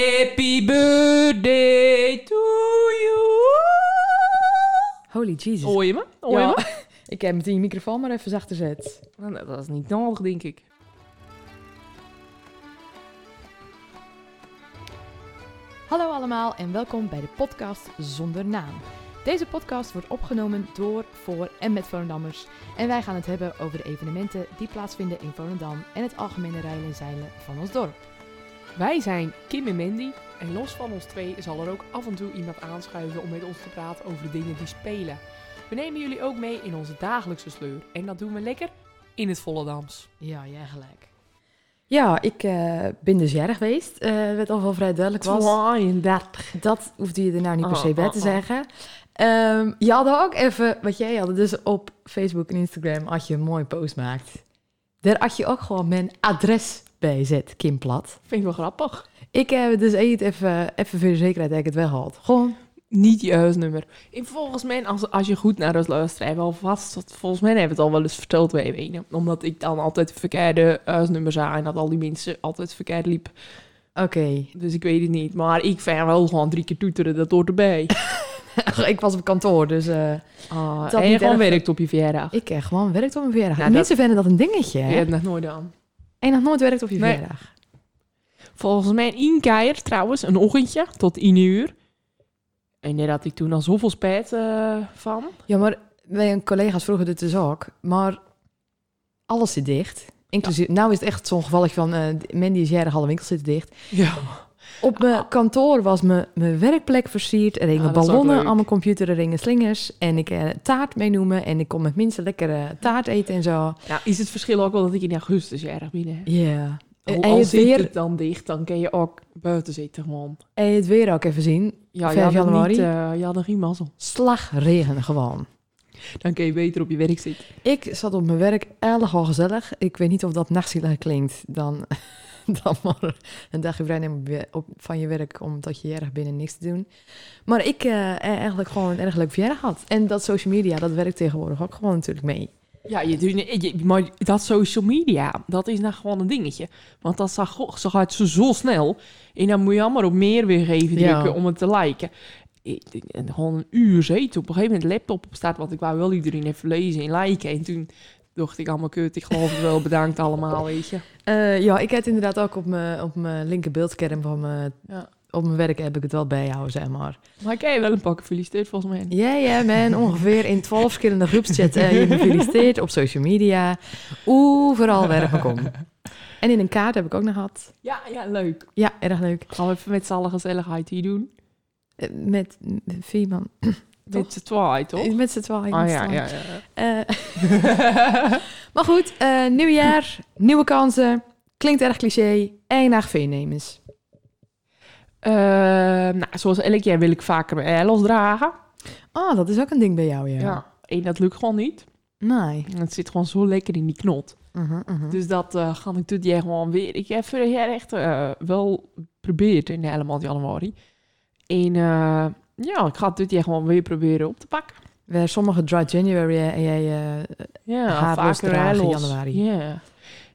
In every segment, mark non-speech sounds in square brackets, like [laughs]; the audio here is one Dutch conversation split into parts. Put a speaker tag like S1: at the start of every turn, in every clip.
S1: Happy birthday to you.
S2: Holy Jesus.
S1: Hoor je me? Hoor je
S2: Ja.
S1: me?
S2: [laughs] Ik heb meteen je microfoon maar even zachter zet.
S1: Nou, Dat is niet nodig, denk ik.
S2: Hallo allemaal en welkom bij de podcast Zonder Naam. Deze podcast wordt opgenomen door, voor en met Volendammers. En wij gaan het hebben over de evenementen die plaatsvinden in Volendam en het algemene rijden en zeilen van ons dorp.
S1: Wij zijn Kim en Mandy. En los van ons twee zal er ook af en toe iemand aanschuiven om met ons te praten over de dingen die spelen. We nemen jullie ook mee in onze dagelijkse sleur. En dat doen we lekker in het Volendams.
S2: Ja, jij gelijk. Ja, ik eh, ben dus jarig geweest. Eh wat al wel vrij duidelijk was.
S1: 32.
S2: Dat hoefde je er nou niet per se bij
S1: Oh,
S2: te
S1: oh, oh.
S2: zeggen. Ehm, je had ook even, wat jij had, dus op Facebook en Instagram had je een mooie post maakt. Daar had je ook gewoon mijn adres bij zet, Kim Plat.
S1: Vind ik wel grappig.
S2: Ik heb het dus eet even, even voor de zekerheid dat ik het weghaald. Gewoon,
S1: Niet je huisnummer. En volgens mij, als, als je goed naar ons luistert, hebben we alvast... dat- Volgens mij hebben we het al wel eens verteld bij wenen. Omdat ik dan altijd het verkeerde huisnummer zei. En dat al die mensen altijd verkeerd liep.
S2: oké. [laughs]
S1: Dus ik weet het niet. Maar ik vind wel gewoon drie keer toeteren, dat hoort erbij.
S2: ik was op kantoor, dus eh,
S1: [laughs] Ah,
S2: Dat
S1: en
S2: niet
S1: je gewoon
S2: erg.
S1: werkt op je verjaardag.
S2: ik heb gewoon werkt op mijn verjaardag.
S1: Nou,
S2: Mensen vinden dat een dingetje,
S1: Je
S2: hè?
S1: hebt nog nooit aan.
S2: En nog nooit werkt op je
S1: Nee.
S2: verjaardag.
S1: Volgens mij in Keijer trouwens, een ochtendje tot 1 uur. En daar had ik toen al zoveel spijt eh, van.
S2: Ja, maar mijn collega's vroegen dit dus ook. Maar alles zit dicht. Inclusief, nou is het echt zo'n gevalletje van... eh Mandy is jarig, alle winkels zitten dicht.
S1: Ja.
S2: Op mijn kantoor was mijn, mijn werkplek versierd. Er hingen
S1: Ah, dat is ook
S2: ballonnen
S1: leuk.
S2: aan mijn computer, er hingen slingers. En ik eh taart meenemen en ik kon met mensen lekker eh, taart eten en zo.
S1: Nou, is het verschil ook wel dat ik in augustus jarig ben, hè?
S2: Ja.
S1: Al,
S2: En, Eh, en
S1: al
S2: het
S1: zit
S2: weer,
S1: het dan dicht, dan kun je ook buiten zitten gewoon.
S2: en het weer ook even zien.
S1: Ja, je
S2: 5
S1: had, het
S2: januari?
S1: niet, eh, je had nog geen mazzel.
S2: Slagregen gewoon.
S1: Dan kun je beter op je werk zitten.
S2: Ik zat op mijn werk erg al gezellig. Ik weet niet of dat nachtzielig klinkt. Dan, [laughs] dan maar een dagje vrij nemen op je- op, van je werk omdat je jarig binnen niks te doen. Maar ik eh, eh, eigenlijk gewoon een erg leuk verjaardag had. En dat social media, dat werkt tegenwoordig ook gewoon natuurlijk mee.
S1: Ja, je, doet- je- maar dat social media, dat is nou gewoon een dingetje. Want dat zag, goh, ze gaat zo, zo snel. En dan moet je allemaal op meer weer even
S2: Ja.
S1: drukken om het te liken. Ik- ik- En gewoon een uur zitten. Op een gegeven moment laptop op staat, want ik wou wel iedereen even lezen en liken. En toen dacht ik allemaal kut, ik geloof het wel, bedankt allemaal, weet je.
S2: Eh, ja, ik heb het inderdaad ook op mijn, op mijn linker beeldscherm van mijn...
S1: Ja.
S2: Op mijn werk heb ik het wel bijhouden, zeg maar.
S1: Maar ik heb je wel een pak gefeliciteerd volgens mij.
S2: Ja, ja, man. Ongeveer in twaalf verschillende groepschats. eh, je gefeliciteerd op social media. Overal waar ik maar kom. En in een kaart heb ik ook nog gehad.
S1: Ja, ja, leuk.
S2: Ja, erg leuk.
S1: Gaan we even met z'n allen gezelligheid hier doen.
S2: Eh, Met met vier man. Toch?
S1: Met z'n twaalf, toch?
S2: Eh, Met z'n tweeën.
S1: Ah
S2: met
S1: ja,
S2: z'n
S1: ja, ja.
S2: tweeën. Eh, [laughs] maar goed, eh, nieuw jaar, nieuwe kansen. Klinkt erg cliché. Eén dag voornemens.
S1: [laughs] Eh, nou, zoals elk jaar wil ik vaker mijn Ellos dragen.
S2: Ah, dat is ook een ding bij jou, ja.
S1: Ja. En dat lukt gewoon niet.
S2: Nee.
S1: Het zit gewoon zo lekker in die knot.
S2: Mhm, mhm.
S1: Dus dat eh, ga ik dit jaar gewoon weer. Ik heb vorig jaar echt eh, wel geprobeerd in de maand januari. En eh, ja, ik ga dit jaar gewoon weer proberen op te pakken.
S2: Waar sommige dry January eh, en jij... eh,
S1: Ja,
S2: Haar los
S1: vaker
S2: dragen in
S1: los.
S2: januari.
S1: Ja.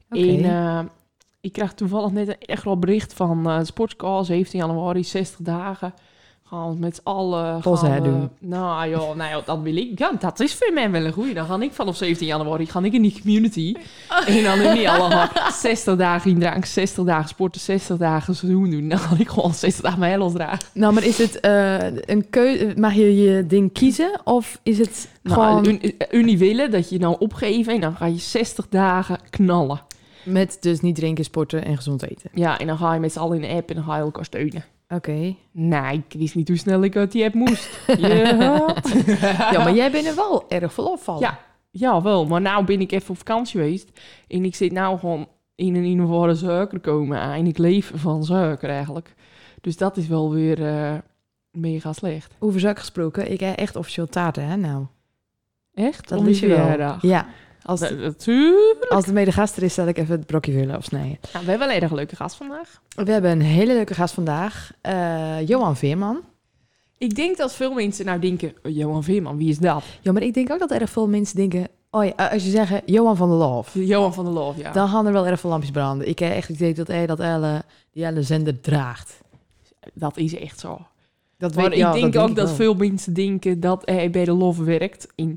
S2: Oké.
S1: En eh, ik kreeg toevallig net een echt wel bericht van eh Sportscall 17 januari, 60 dagen. Gaan we met z'n allen...
S2: Pas
S1: gaan
S2: haar
S1: we-
S2: doen.
S1: Nou joh, nou joh, dat wil ik. Ja, dat is voor mij wel een goeie. Dan ga ik vanaf 17 januari ga ik in die community.
S2: [laughs]
S1: En dan in die allemaal 60 dagen in drank, 60 dagen sporten, 60 dagen seizoen doen. Dan ga ik gewoon 60 dagen mijn los dragen.
S2: Nou, maar is het eh, een keuze? Mag je je ding kiezen? Of is het gewoon
S1: Nou, un- Unie willen dat je nou opgeven en dan ga je 60 dagen knallen.
S2: met dus niet drinken, sporten en gezond eten?
S1: Ja, en dan ga je met z'n allen in de app en dan ga je elkaar steunen.
S2: Oké.
S1: Nee, ik wist niet hoe snel ik uit die app moest. [laughs] ja.
S2: [laughs] Ja, maar jij bent er wel erg veel opvallen.
S1: Ja. ja, wel. Maar nou ben ik even op vakantie geweest. En ik zit nou gewoon in een innovare suiker komen. En ik leef van suiker eigenlijk. Dus dat is wel weer eh, mega slecht.
S2: Over zaak gesproken, ik heb echt officieel taarten, hè, nou.
S1: Echt?
S2: Dat
S1: Om
S2: wist
S1: die
S2: je wel.
S1: verjaardag.
S2: Ja. Als,
S1: Na- Natuurlijk.
S2: als de medegaster is, zal ik even het brokje willen afsnijden.
S1: Nou, we hebben wel een erg leuke gast vandaag.
S2: We hebben een hele leuke gast vandaag. eh, Johan Veerman.
S1: Ik denk dat veel mensen nou denken... "Oh, Johan Veerman, wie is dat?
S2: Ja, maar ik denk ook dat erg veel mensen denken... Oh ja, als je zegt Johan van der Loof...
S1: Johan van der Loof, ja.
S2: eh, Dan gaan er wel erg veel lampjes branden. Ik heb echt het idee dat hij dat hele, die hele zender draagt.
S1: dat is echt zo.
S2: Dat
S1: Maar
S2: weet-
S1: ik
S2: ja,
S1: denk ook
S2: ik
S1: dat
S2: wel.
S1: veel mensen denken dat hij bij de LOF werkt. En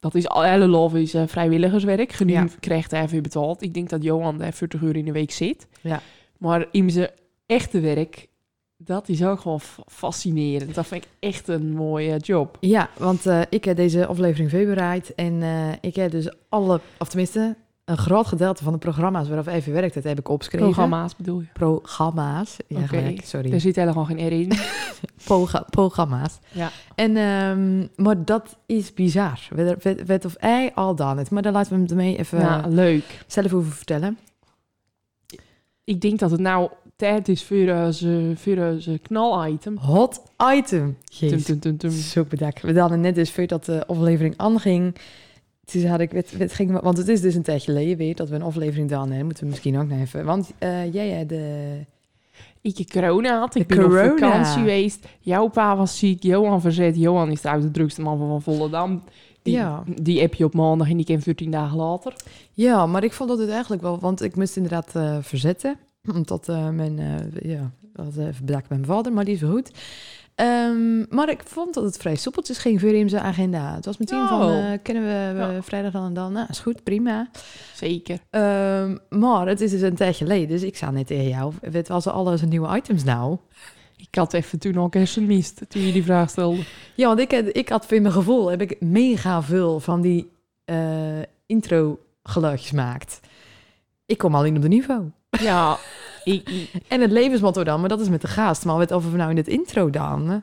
S1: dat is, alle LOF is eh, vrijwilligerswerk. Genu
S2: Ja.
S1: krijgt hij weer betaald. Ik denk dat Johan daar 40 uur in de week zit.
S2: Ja.
S1: Maar in zijn echte werk, dat is ook gewoon fa- fascinerend. Dat vind ik echt een mooie job.
S2: Ja, want eh, ik heb deze aflevering voorbereid en eh, ik heb dus alle, of tenminste een groot gedeelte van de programma's waarop even werkt, dat heb ik opgeschreven.
S1: Programma's bedoel je?
S2: Programma's. Ja,
S1: Oké.
S2: gelijk, sorry.
S1: Er zit helemaal geen R
S2: [laughs]
S1: in.
S2: Poga- programma's.
S1: Ja.
S2: En, ehm, maar dat is bizar. Wet, wet- wet of ei, al dan het. Maar daar laten we hem ermee even
S1: Ja, Nou, leuk.
S2: zelf over vertellen.
S1: Ik denk dat het nou tijd is voor eh, ze- voor eh, ze knal-item.
S2: Hot item.
S1: Tum,
S2: Jezus.
S1: tum, tum, tum.
S2: Zo bedankt. We hadden net dus voordat de aflevering aanging. Toen had ik, het, het ging, me- want het is dus een tijdje geleden weer dat we een aflevering gedaan hebben. Moeten we misschien ook nog even. Want eh, jij had de...
S1: Ik heb corona had, ik
S2: De
S1: ben op
S2: corona.
S1: vakantie geweest. Jouw pa was ziek, Johan verzet. Johan is trouwens de drukste man van Volendam. Die,
S2: Ja.
S1: die heb je op maandag en die ken 14 dagen later.
S2: Ja, maar ik vond dat het eigenlijk wel... Want ik moest inderdaad eh, verzetten. [clears throat] Omdat eh, mijn... eh, ja, dat eh even bedankt mijn vader, maar die is wel goed. Ehm, maar ik vond dat het vrij soepeltjes ging voor in zijn agenda. Het was meteen
S1: Ja.
S2: van, eh, kunnen we eh,
S1: Ja.
S2: vrijdag dan en dan? Nou, is goed, prima.
S1: Zeker.
S2: Ehm, maar het is dus een tijd geleden, dus ik zou net tegen jou... Weet was er alles nieuwe items nou?
S1: Ik had even toen ook hersen mist, toen je die vraag stelde.
S2: Ja, want ik, had- ik had voor mijn gevoel heb ik mega veel van die eh, intro geluidjes gemaakt. Ik kom alleen op de niveau.
S1: Ja, [laughs] ik, ik-
S2: En het levensmotto dan, maar dat is met de gaast. Maar wat over nou in het intro dan? hè?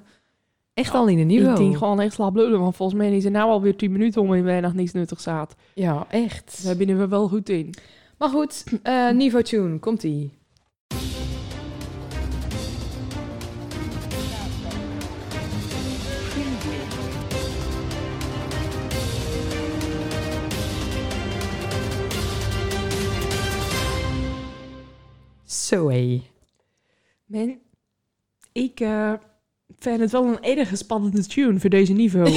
S2: Echt al in de
S1: ik
S2: niveau.
S1: denk gewoon echt slap lullen. Want volgens mij is er nou alweer 10 minuten om en weinig niks nuttigs staat.
S2: Ja, echt.
S1: Daar binnen we wel goed in.
S2: Maar goed, eh niveau tune, komt ie. Zo hé.
S1: Men, ik eh, vind het wel een erg spannende tune voor deze [laughs] niveau.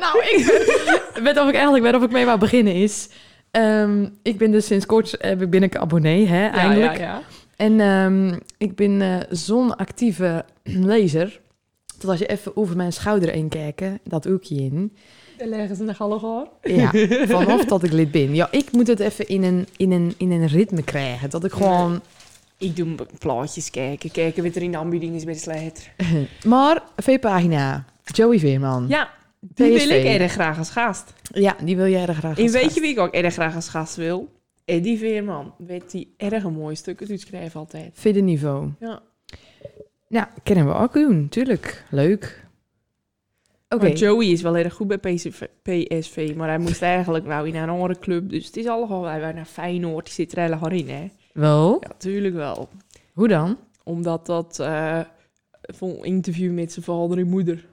S2: Nou, ik [laughs] weet of ik eigenlijk weet of ik mee wou beginnen is. Ehm, ik ben dus sinds kort eh, ben ik abonnee, hè, eindelijk.
S1: Ja, ja, ja.
S2: En ehm, ik ben eh, zo'n actieve [clears throat] lezer. Dat als je even over mijn schouder heen kijkt, dat ook je in.
S1: Daar leggen ze nogal hoor. [laughs]
S2: Ja, vanaf dat ik lid ben. Ja, ik moet het even in een, in een, in een ritme krijgen. Dat ik gewoon.
S1: Ik doe mijn plaatjes kijken. Kijken wat er in de aanbieding is bij de slijter.
S2: Maar, V-pagina. Joey Veerman. Ja,
S1: Ja, die
S2: PSV.
S1: wil ik erg graag als gast.
S2: die wil jij er graag.
S1: en
S2: als
S1: weet
S2: gast.
S1: je wie ik ook erg graag als gast wil? Eddie Veerman. Weet die erg een mooie stukken uitschrijven altijd.
S2: Vierde niveau.
S1: Ja.
S2: Nou, kennen we ook doen, tuurlijk. Leuk. Oké.
S1: Maar Joey is wel erg goed bij PSV, PSV, maar hij moest eigenlijk nou in een andere club. Dus het is allemaal, hij wou naar Feyenoord, die zit er helemaal in hè.
S2: Wel,
S1: Ja, tuurlijk wel.
S2: hoe dan?
S1: Omdat dat, eh vol interview met zijn vader en moeder,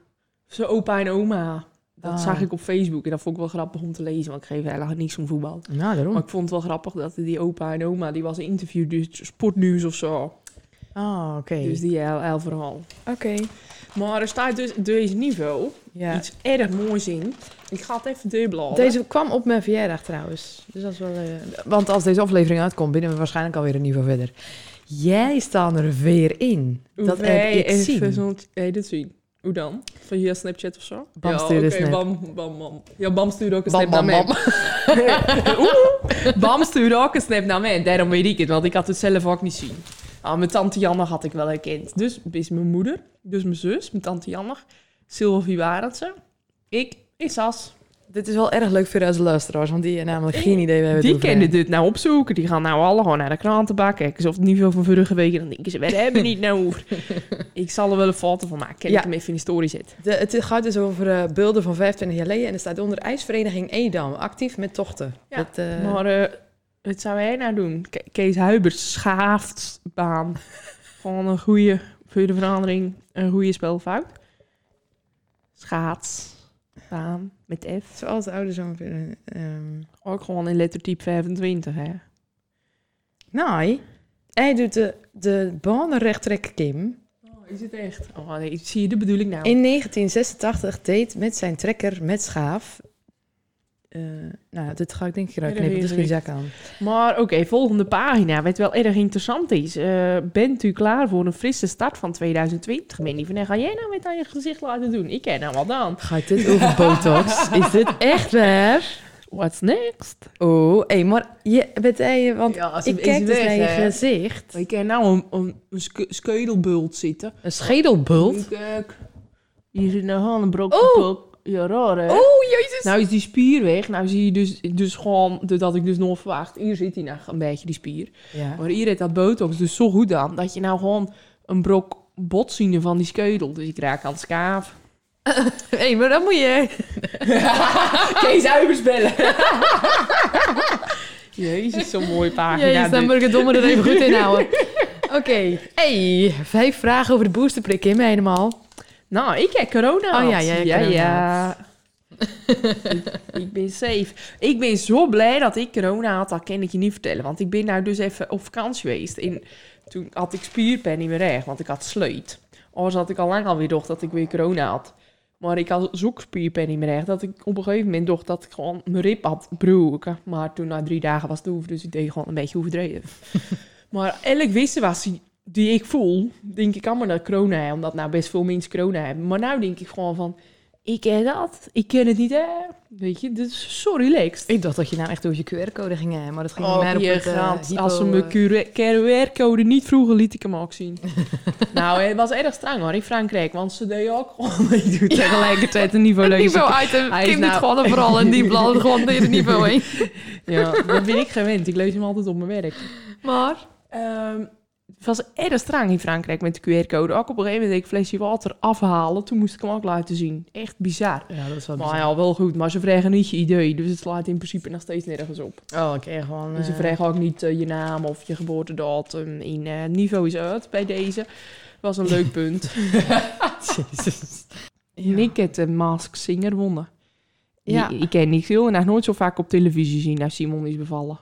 S1: zijn opa en oma. Dat
S2: Ah.
S1: zag ik op Facebook en dat vond ik wel grappig om te lezen, want ik geef eigenlijk niks om voetbal.
S2: Nou, daarom.
S1: Maar ik vond het wel grappig dat die opa en oma, die was interviewd, dus sportnieuws of zo.
S2: Ah, oké.
S1: Dus die heel, heel verhaal.
S2: Oké.
S1: Maar er staat dus deze niveau
S2: Ja.
S1: iets erg moois in. Ik ga het even doorbladeren.
S2: Deze kwam op mijn verjaardag trouwens. Dus dat is wel. eh, want als deze aflevering uitkomt, binnen we waarschijnlijk alweer een niveau verder. Jij staat er weer in. Dat
S1: wij
S2: heb ik
S1: even
S2: zien.
S1: zo'n- hey, dit zien. Hoe dan? Van je Snapchat of zo?
S2: Bam
S1: ja,
S2: stuurde
S1: oké,
S2: snap.
S1: Bam, bam, bam. Ja, Bam stuurde ook een
S2: Bam,
S1: snap naar
S2: bam,
S1: mij.
S2: bam.
S1: [laughs]
S2: [laughs]
S1: Oeh. Bam stuurde ook een snap naar mij. Daarom weet ik het, want ik had het zelf ook niet zien. Ah, mijn tante Janne had ik wel herkend. Dus is mijn moeder, dus mijn zus, mijn tante Janne, Sylvie Warendse, ik en Sas.
S2: Dit is wel erg leuk voor onze luisteraars, want die hebben namelijk geen idee waar we
S1: Die
S2: kennen
S1: kunnen dit nou opzoeken. Die gaan nou alle gewoon naar de krantenbak kijken. Of het niveau van vorige week. En dan denken ze, we hebben niet nou
S2: [laughs]
S1: over. Ik zal er wel een foto van maken. Ken
S2: Ja.
S1: ik hem even in de story zetten.
S2: De, het gaat dus over eh, beelden van 25 jaar geleden en er staat onder IJsvereniging Edam, actief met tochten.
S1: Ja,
S2: Dat, eh,
S1: Maar eh, wat zou hij nou doen? Ke- Kees Huibers, schaafbaan. Gewoon een goede, voor de verandering, een goede spelfout. Schaatsbaan met F.
S2: Zoals de ouders ongeveer. ehm
S1: Ook gewoon in lettertype 25, hè?
S2: nee, nou, hij doet de, de banen rechttrek Kim.
S1: Oh, is het echt? Oh, nee, zie je de bedoeling nou?
S2: In 1986 deed met zijn trekker met schaaf eh, nou, dit ga ik denk ik eruit
S1: Ja, dat
S2: knippen, dus
S1: weet
S2: geen
S1: ik.
S2: zak aan.
S1: Maar oké, volgende pagina. Wat wel erg interessant is. Eh, bent u klaar voor een frisse start van 2020? Mandy van der, ga jij nou met aan je gezicht laten doen? Ik ken nou wat dan.
S2: Ga ik dit [laughs] over botox? Is dit echt waar?
S1: What's next?
S2: Oh, hé, maar je bent hij, want
S1: Ja, als
S2: ik
S1: het
S2: kijk
S1: is
S2: dus
S1: weg,
S2: naar je
S1: hè.
S2: gezicht.
S1: Ik ken nou een, een, een ske- skeudelbult zitten.
S2: Een schedelbult?
S1: Kijk, hier zit nou een brok.
S2: Oh.
S1: pop. Ja, raar hè?
S2: Oh, jezus.
S1: Nou is die spier weg. Nou zie je dus, dus gewoon dat ik dus nog verwacht. Hier zit hij nou een beetje, die spier.
S2: ja.
S1: Maar hier heeft dat botox dus zo goed aan dat je nou gewoon een brok botsingen van die skeudel. Dus ik raak aan het schaaf.
S2: Hé, maar dan moet [laughs] je...
S1: Kees Uibers bellen. Jezus, zo'n mooie pagina.
S2: Jezus, dan
S1: dit.
S2: moet ik het domme er even goed in [laughs] houden. Oké. Hey, vijf vragen over de boosterprik in me helemaal.
S1: Nou, ik heb corona.
S2: Oh ja,
S1: gehad.
S2: jij hebt
S1: ja,
S2: corona
S1: ja. ik, ik ben safe. Ik ben zo blij dat ik corona had, dat kan ik je niet vertellen. Want ik ben nou dus even op vakantie geweest. En toen had ik spierpijn niet meer echt, want ik had sleut. Anders had ik al lang alweer dacht dat ik weer corona had. Maar ik had zoekspierpijn niet meer echt. Dat ik op een gegeven moment dacht dat ik gewoon mijn rib had broken. Maar toen na drie dagen was het over, dus ik deed gewoon een beetje overdreven.
S2: [laughs]
S1: maar elk wisten was die- die ik voel, denk ik allemaal naar corona. Omdat nou best veel mensen corona hebben. Maar nou denk ik gewoon van, ik ken dat. Ik ken het niet, hè. Weet je, dus zo relaxed.
S2: Ik dacht dat je nou echt door je QR-code ging, hè, maar dat ging
S1: Oh,
S2: mij op
S1: je
S2: het, eh,
S1: gaat.
S2: hypo,
S1: Als ze
S2: eh,
S1: mijn QR-code niet vroegen, liet ik hem ook
S2: [laughs]
S1: zien. nou, het was erg streng hoor, in Frankrijk. Want ze deden ook gewoon... [laughs] Ik doe tegelijkertijd een niveau
S2: Het
S1: lezen.
S2: niveau uit en
S1: Hij is
S2: kind
S1: nou-
S2: het gewoon overal en [laughs] die bladdert gewoon tegen het niveau heen.
S1: Ja, dat ben ik gewend. Ik lees hem altijd op mijn werk.
S2: Maar,
S1: Ehm, het was erg streng in Frankrijk met de QR-code. Ook op een gegeven moment deed ik een flesje water afhalen. Toen moest ik hem ook laten zien. Echt bizar.
S2: ja, dat is wel
S1: Maar ja, wel goed. Maar ze vragen niet je idee. Dus het slaat in principe nog steeds nergens op.
S2: Oh, oké, gewoon.
S1: Dus ze
S2: eh,
S1: vragen ook niet eh, je naam of je geboortedatum. In eh, niveau is uit bij deze. Was een [laughs] leuk punt.
S2: [laughs] Jezus.
S1: Ja. Nick het een Mask Singer wonnen.
S2: Ja.
S1: Die- ik ken Nick heel en nog nooit zo vaak op televisie zien als Simon is bevallen.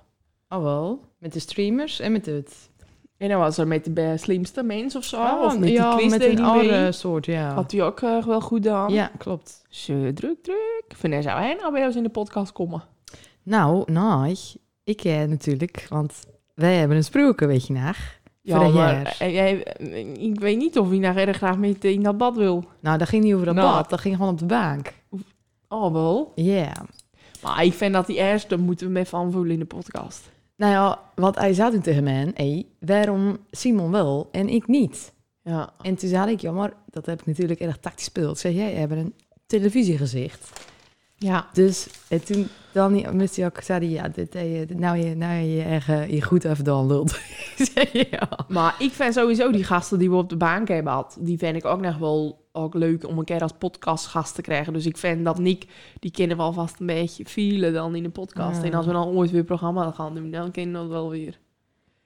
S2: Oh wel, met de streamers en met het...
S1: En dan was er met de be- slimste mens of zo. of Oh, met
S2: Oh, ja,
S1: die quiz
S2: met
S1: deed
S2: een
S1: hij mee.
S2: andere soort, ja.
S1: Had hij ook eh, wel goed gedaan.
S2: Ja, klopt.
S1: Zo druk, druk. Vanessa, zou hij nou bij ons in de podcast komen?
S2: Nou, nou, ik eh, natuurlijk, want wij hebben een sprookje, weet je naar. Voor een jaar.
S1: eh, jij- eh, ik weet niet of hij nou erg graag met in dat bad wil.
S2: Nou, dat ging niet over dat
S1: Nou.
S2: bad, dat ging gewoon op de bank.
S1: Oh, wel.
S2: Ja.
S1: Maar ik vind dat die eerste moeten we hem even aanvoelen in de podcast.
S2: Nou ja, want hij zei toen tegen mij, hé, waarom Simon wel en ik niet?
S1: Ja.
S2: En toen zei ik, ja, maar dat heb ik natuurlijk erg tactisch gespeeld. Ik zei, jij hebt een televisiegezicht.
S1: Ja.
S2: Dus en toen dan moest hij ook, zei hij, ja, dit, heb je- dit- nou, je, nou heb je echt eh, je goed even dan lult. [laughs] Ik zei, ja.
S1: Maar ik vind sowieso die gasten die we op de baan hebben gehad, die vind ik ook nog wel ook leuk om een keer als podcastgast te krijgen. Dus ik vind dat Nick, die kennen we alvast een beetje vielen dan in de podcast.
S2: Ja.
S1: En als we dan ooit weer programma gaan doen, dan kennen we dat wel weer.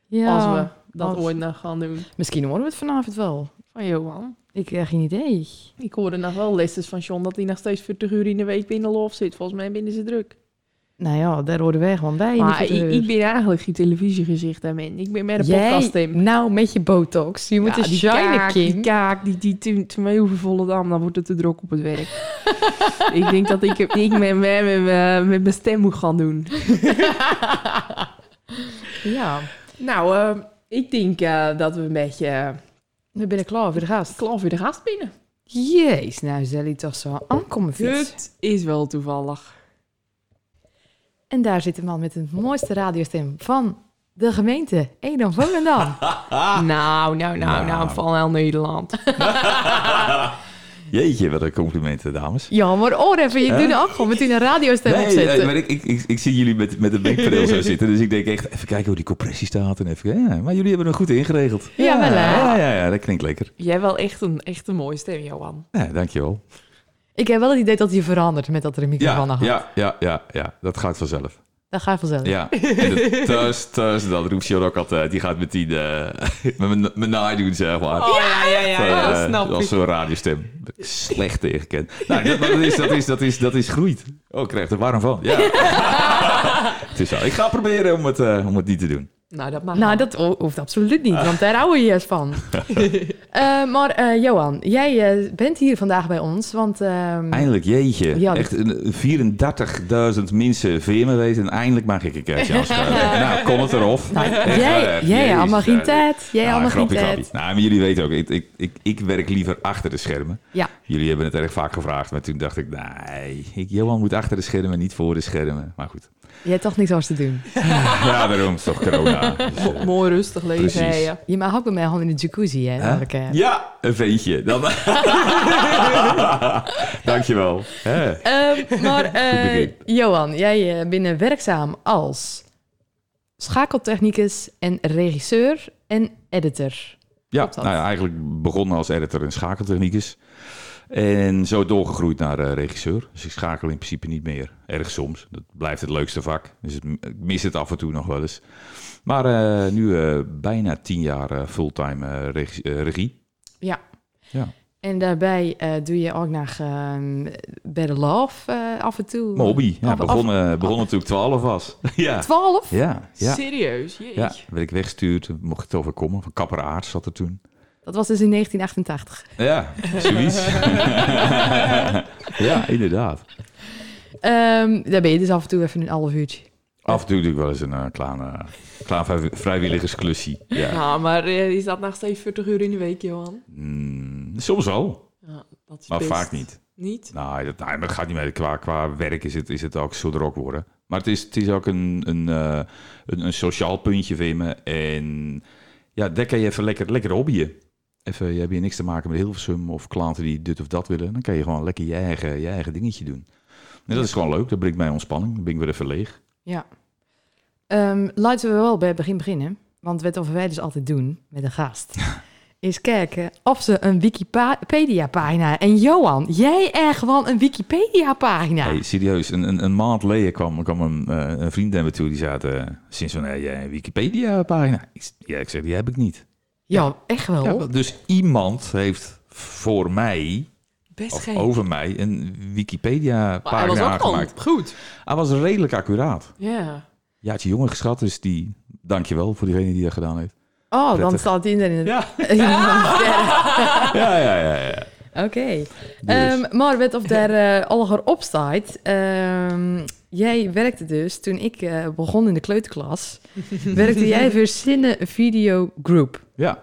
S2: ja.
S1: Als we dat
S2: als-
S1: ooit nog gaan doen.
S2: Misschien horen we het vanavond wel.
S1: Van Johan.
S2: Ik heb geen idee.
S1: Ik hoorde nog wel lessen van John dat hij nog steeds 40 uur in de week binnen lof zit. Volgens mij binnen ze druk.
S2: Nou ja, daar horen wij gewoon bij. in
S1: Maar
S2: die
S1: ik, ik ben eigenlijk geen televisiegezicht daarmee. Ik ben meer de podcast
S2: Jij,
S1: in.
S2: nou met je botox. Je moet
S1: Ja,
S2: een shine,
S1: kaak, die
S2: Kim.
S1: kaak, die, die tu- tomaten volle dam, dan wordt het te druk op het werk. [laughs] ik denk dat ik, ik met, met, met, met, met mijn stem moet gaan doen.
S2: Ja,
S1: Nou, eh, ik denk eh, dat we een beetje eh,
S2: nu ben ik klaar voor de gast.
S1: klaar voor de gast binnen.
S2: Jeez, nou zal hij toch zo aankomen fietsen.
S1: Het is wel toevallig.
S2: En daar zit de man met de mooiste radiostem van de gemeente Edam
S3: [laughs]
S2: Volendam.
S1: Nou, nou, nou, nou,
S3: Nou.
S1: van heel Nederland.
S3: Jeetje, wat een complimenten, dames.
S2: ja, maar hoor even, je doet ook gewoon meteen een radiostem opzetten.
S3: eh, maar ik, ik, ik, ik zie jullie met, met een mengpaneel zo zitten. Dus ik denk echt, even kijken hoe die compressie staat. En even, ja, maar jullie hebben er goed ingeregeld.
S2: Ja, wel, hè?
S3: Ja, ja, ja, dat klinkt lekker.
S1: Jij hebt wel echt een, echt een mooie stem, Johan.
S3: Ja, dankjewel.
S2: Ik heb wel het idee dat hij verandert met dat er een microfoon
S3: Ja,
S2: aan gaat.
S3: ja, ja, ja, ja, dat gaat vanzelf.
S2: Dat ga je vanzelf.
S3: Ja, en de thuis, thuis, dat roept Sjoerd ook altijd. Die gaat meteen eh, [laughs] met mijn- mijn naai doen, zeg maar.
S1: Oh, ja, ja, ja,
S3: Eh,
S1: dat snap
S3: als
S1: ik.
S3: zo'n radiostem. Dat ik Slecht tegengekend. Nou, dat, maar dat, is, dat, is, dat, is, dat is groeit. Oh, ik krijg er warm van.
S2: [laughs]
S3: Ja. het is zo. Ik ga proberen om het, eh, om het niet te doen.
S1: Nou, dat mag wel.
S2: Nou,
S3: [laughs]
S2: dat ho- hoeft absoluut niet, want daar houden we juist van. Oké, Eh, maar eh, Johan, jij eh, bent hier vandaag bij ons, want... ehm,
S3: Eindelijk, jeetje.
S2: Ja,
S3: Echt een- 34.000 mensen veermen weten en eindelijk mag ik een
S2: [laughs]
S3: kaartje afschuiven. nou, kom het erop.
S2: nou,
S3: Echt
S2: jij,
S3: waar,
S2: jij
S3: jezus,
S2: allemaal geen
S3: [laughs] ja.
S2: tijd. Jij
S3: Ah,
S2: allemaal geen
S3: grapje,
S2: tijd.
S3: grapje. Nou, maar jullie weten ook, ik, ik, ik, ik werk liever achter de schermen.
S2: Ja.
S3: Jullie hebben het erg vaak gevraagd, maar toen dacht ik, nee, ik, Johan moet achter de schermen, niet voor de schermen. Maar goed,
S2: Je hebt toch niks anders te doen.
S3: ja, daarom is toch corona. [laughs] Dus, eh,
S1: Mooi rustig leven.
S3: Precies.
S1: hè, ja.
S2: Je mag ook bij mij gewoon in de jacuzzi, hè?
S3: hè?
S2: elke keer.
S3: Ja, een ventje. [laughs] Dan... Dankjewel. Hè?
S2: Ehm,
S3: [laughs]
S2: maar eh,
S3: begin.
S2: Johan, jij eh, bent werkzaam als schakeltechnicus en regisseur en editor.
S3: Ja,
S2: Klopt dat?
S3: nou ja, eigenlijk begonnen als editor en schakeltechnicus. En zo doorgegroeid naar eh, regisseur. Dus ik schakel in principe niet meer. Erg soms. Dat blijft het leukste vak. Dus het- ik mis het af en toe nog wel eens. Maar eh, nu eh, bijna tien jaar eh, fulltime eh, regie, eh, regie.
S2: En daarbij eh, doe je ook nog ehm bij de love eh, af en toe.
S3: Mijn hobby. Ja,
S2: Af- af-
S3: begon, eh, begon toen ik twaalf was. [laughs] ja.
S2: 12?
S3: Ja, ja.
S1: Serieus, jeetje.
S3: Ja, werd ik weggestuurd. Mocht ik het overkomen. Van Kapper Aarts zat er toen.
S2: Dat was dus in 1988.
S3: Ja, zoiets. [laughs] ja, inderdaad.
S2: Ehm, daar ben je dus af en toe even een half uurtje.
S3: Af en toe doe ik wel eens een eh, klein, eh, klein vrij- vrijwilligersklusje. Ja.
S1: Nou, maar eh, is dat nog steeds 40 uur in de week, Johan?
S3: Mm, soms al,
S1: Ja, dat is
S3: maar
S1: best.
S3: vaak niet.
S1: Niet?
S3: Nou, dat, nee, maar dat gaat niet meer. Qua, qua werk is het, is het ook zo drok worden. Maar het is, het is ook een, een, eh, een, een sociaal puntje voor me. En ja, daar kan je even lekker, lekker hobbyen. Even, je hebt hier niks te maken met Hilversum of klanten die dit of dat willen. Dan kan je gewoon lekker je eigen, je eigen dingetje doen. En dat is gewoon leuk. Dat brengt mij ontspanning. Dan ben ik weer even leeg.
S2: Ehm, laten we wel bij het begin beginnen. Want wat wij dus altijd doen met een gast... is kijken of ze een Wikipedia-pagina... En Johan, jij echt wel een Wikipedia-pagina.
S3: Hey, serieus, een, een, een maand geleden kwam, kwam een, eh, een vriend naar me toe. Die zaten sinds van, hey, jij een Wikipedia-pagina? Ik, z- ja, ik zeg, die heb ik niet.
S2: Ja, echt wel.
S3: Ja, dus iemand heeft voor mij,
S1: Best
S3: of
S1: geen.
S3: over mij, een
S1: maar hij was
S3: Wikipedia-pagina
S1: ook al
S3: aangemaakt.
S1: goed.
S3: Hij was redelijk accuraat.
S1: Ja.
S3: Ja, het jongen geschat, dus die... Dankjewel voor diegene die dat gedaan heeft.
S2: oh, dan
S3: prettig.
S2: staat hij in de... [laughs]
S3: Ja,
S2: Ja.
S1: Ah.
S3: ja, ja, ja. ja.
S2: Oké.
S3: Dus.
S2: Ehm, maar wat of daar eh alger op staat. ehm, jij werkte dus, toen ik eh, begon in de [laughs] kleuterklas... werkte jij voor Cine Video Group.
S3: ja.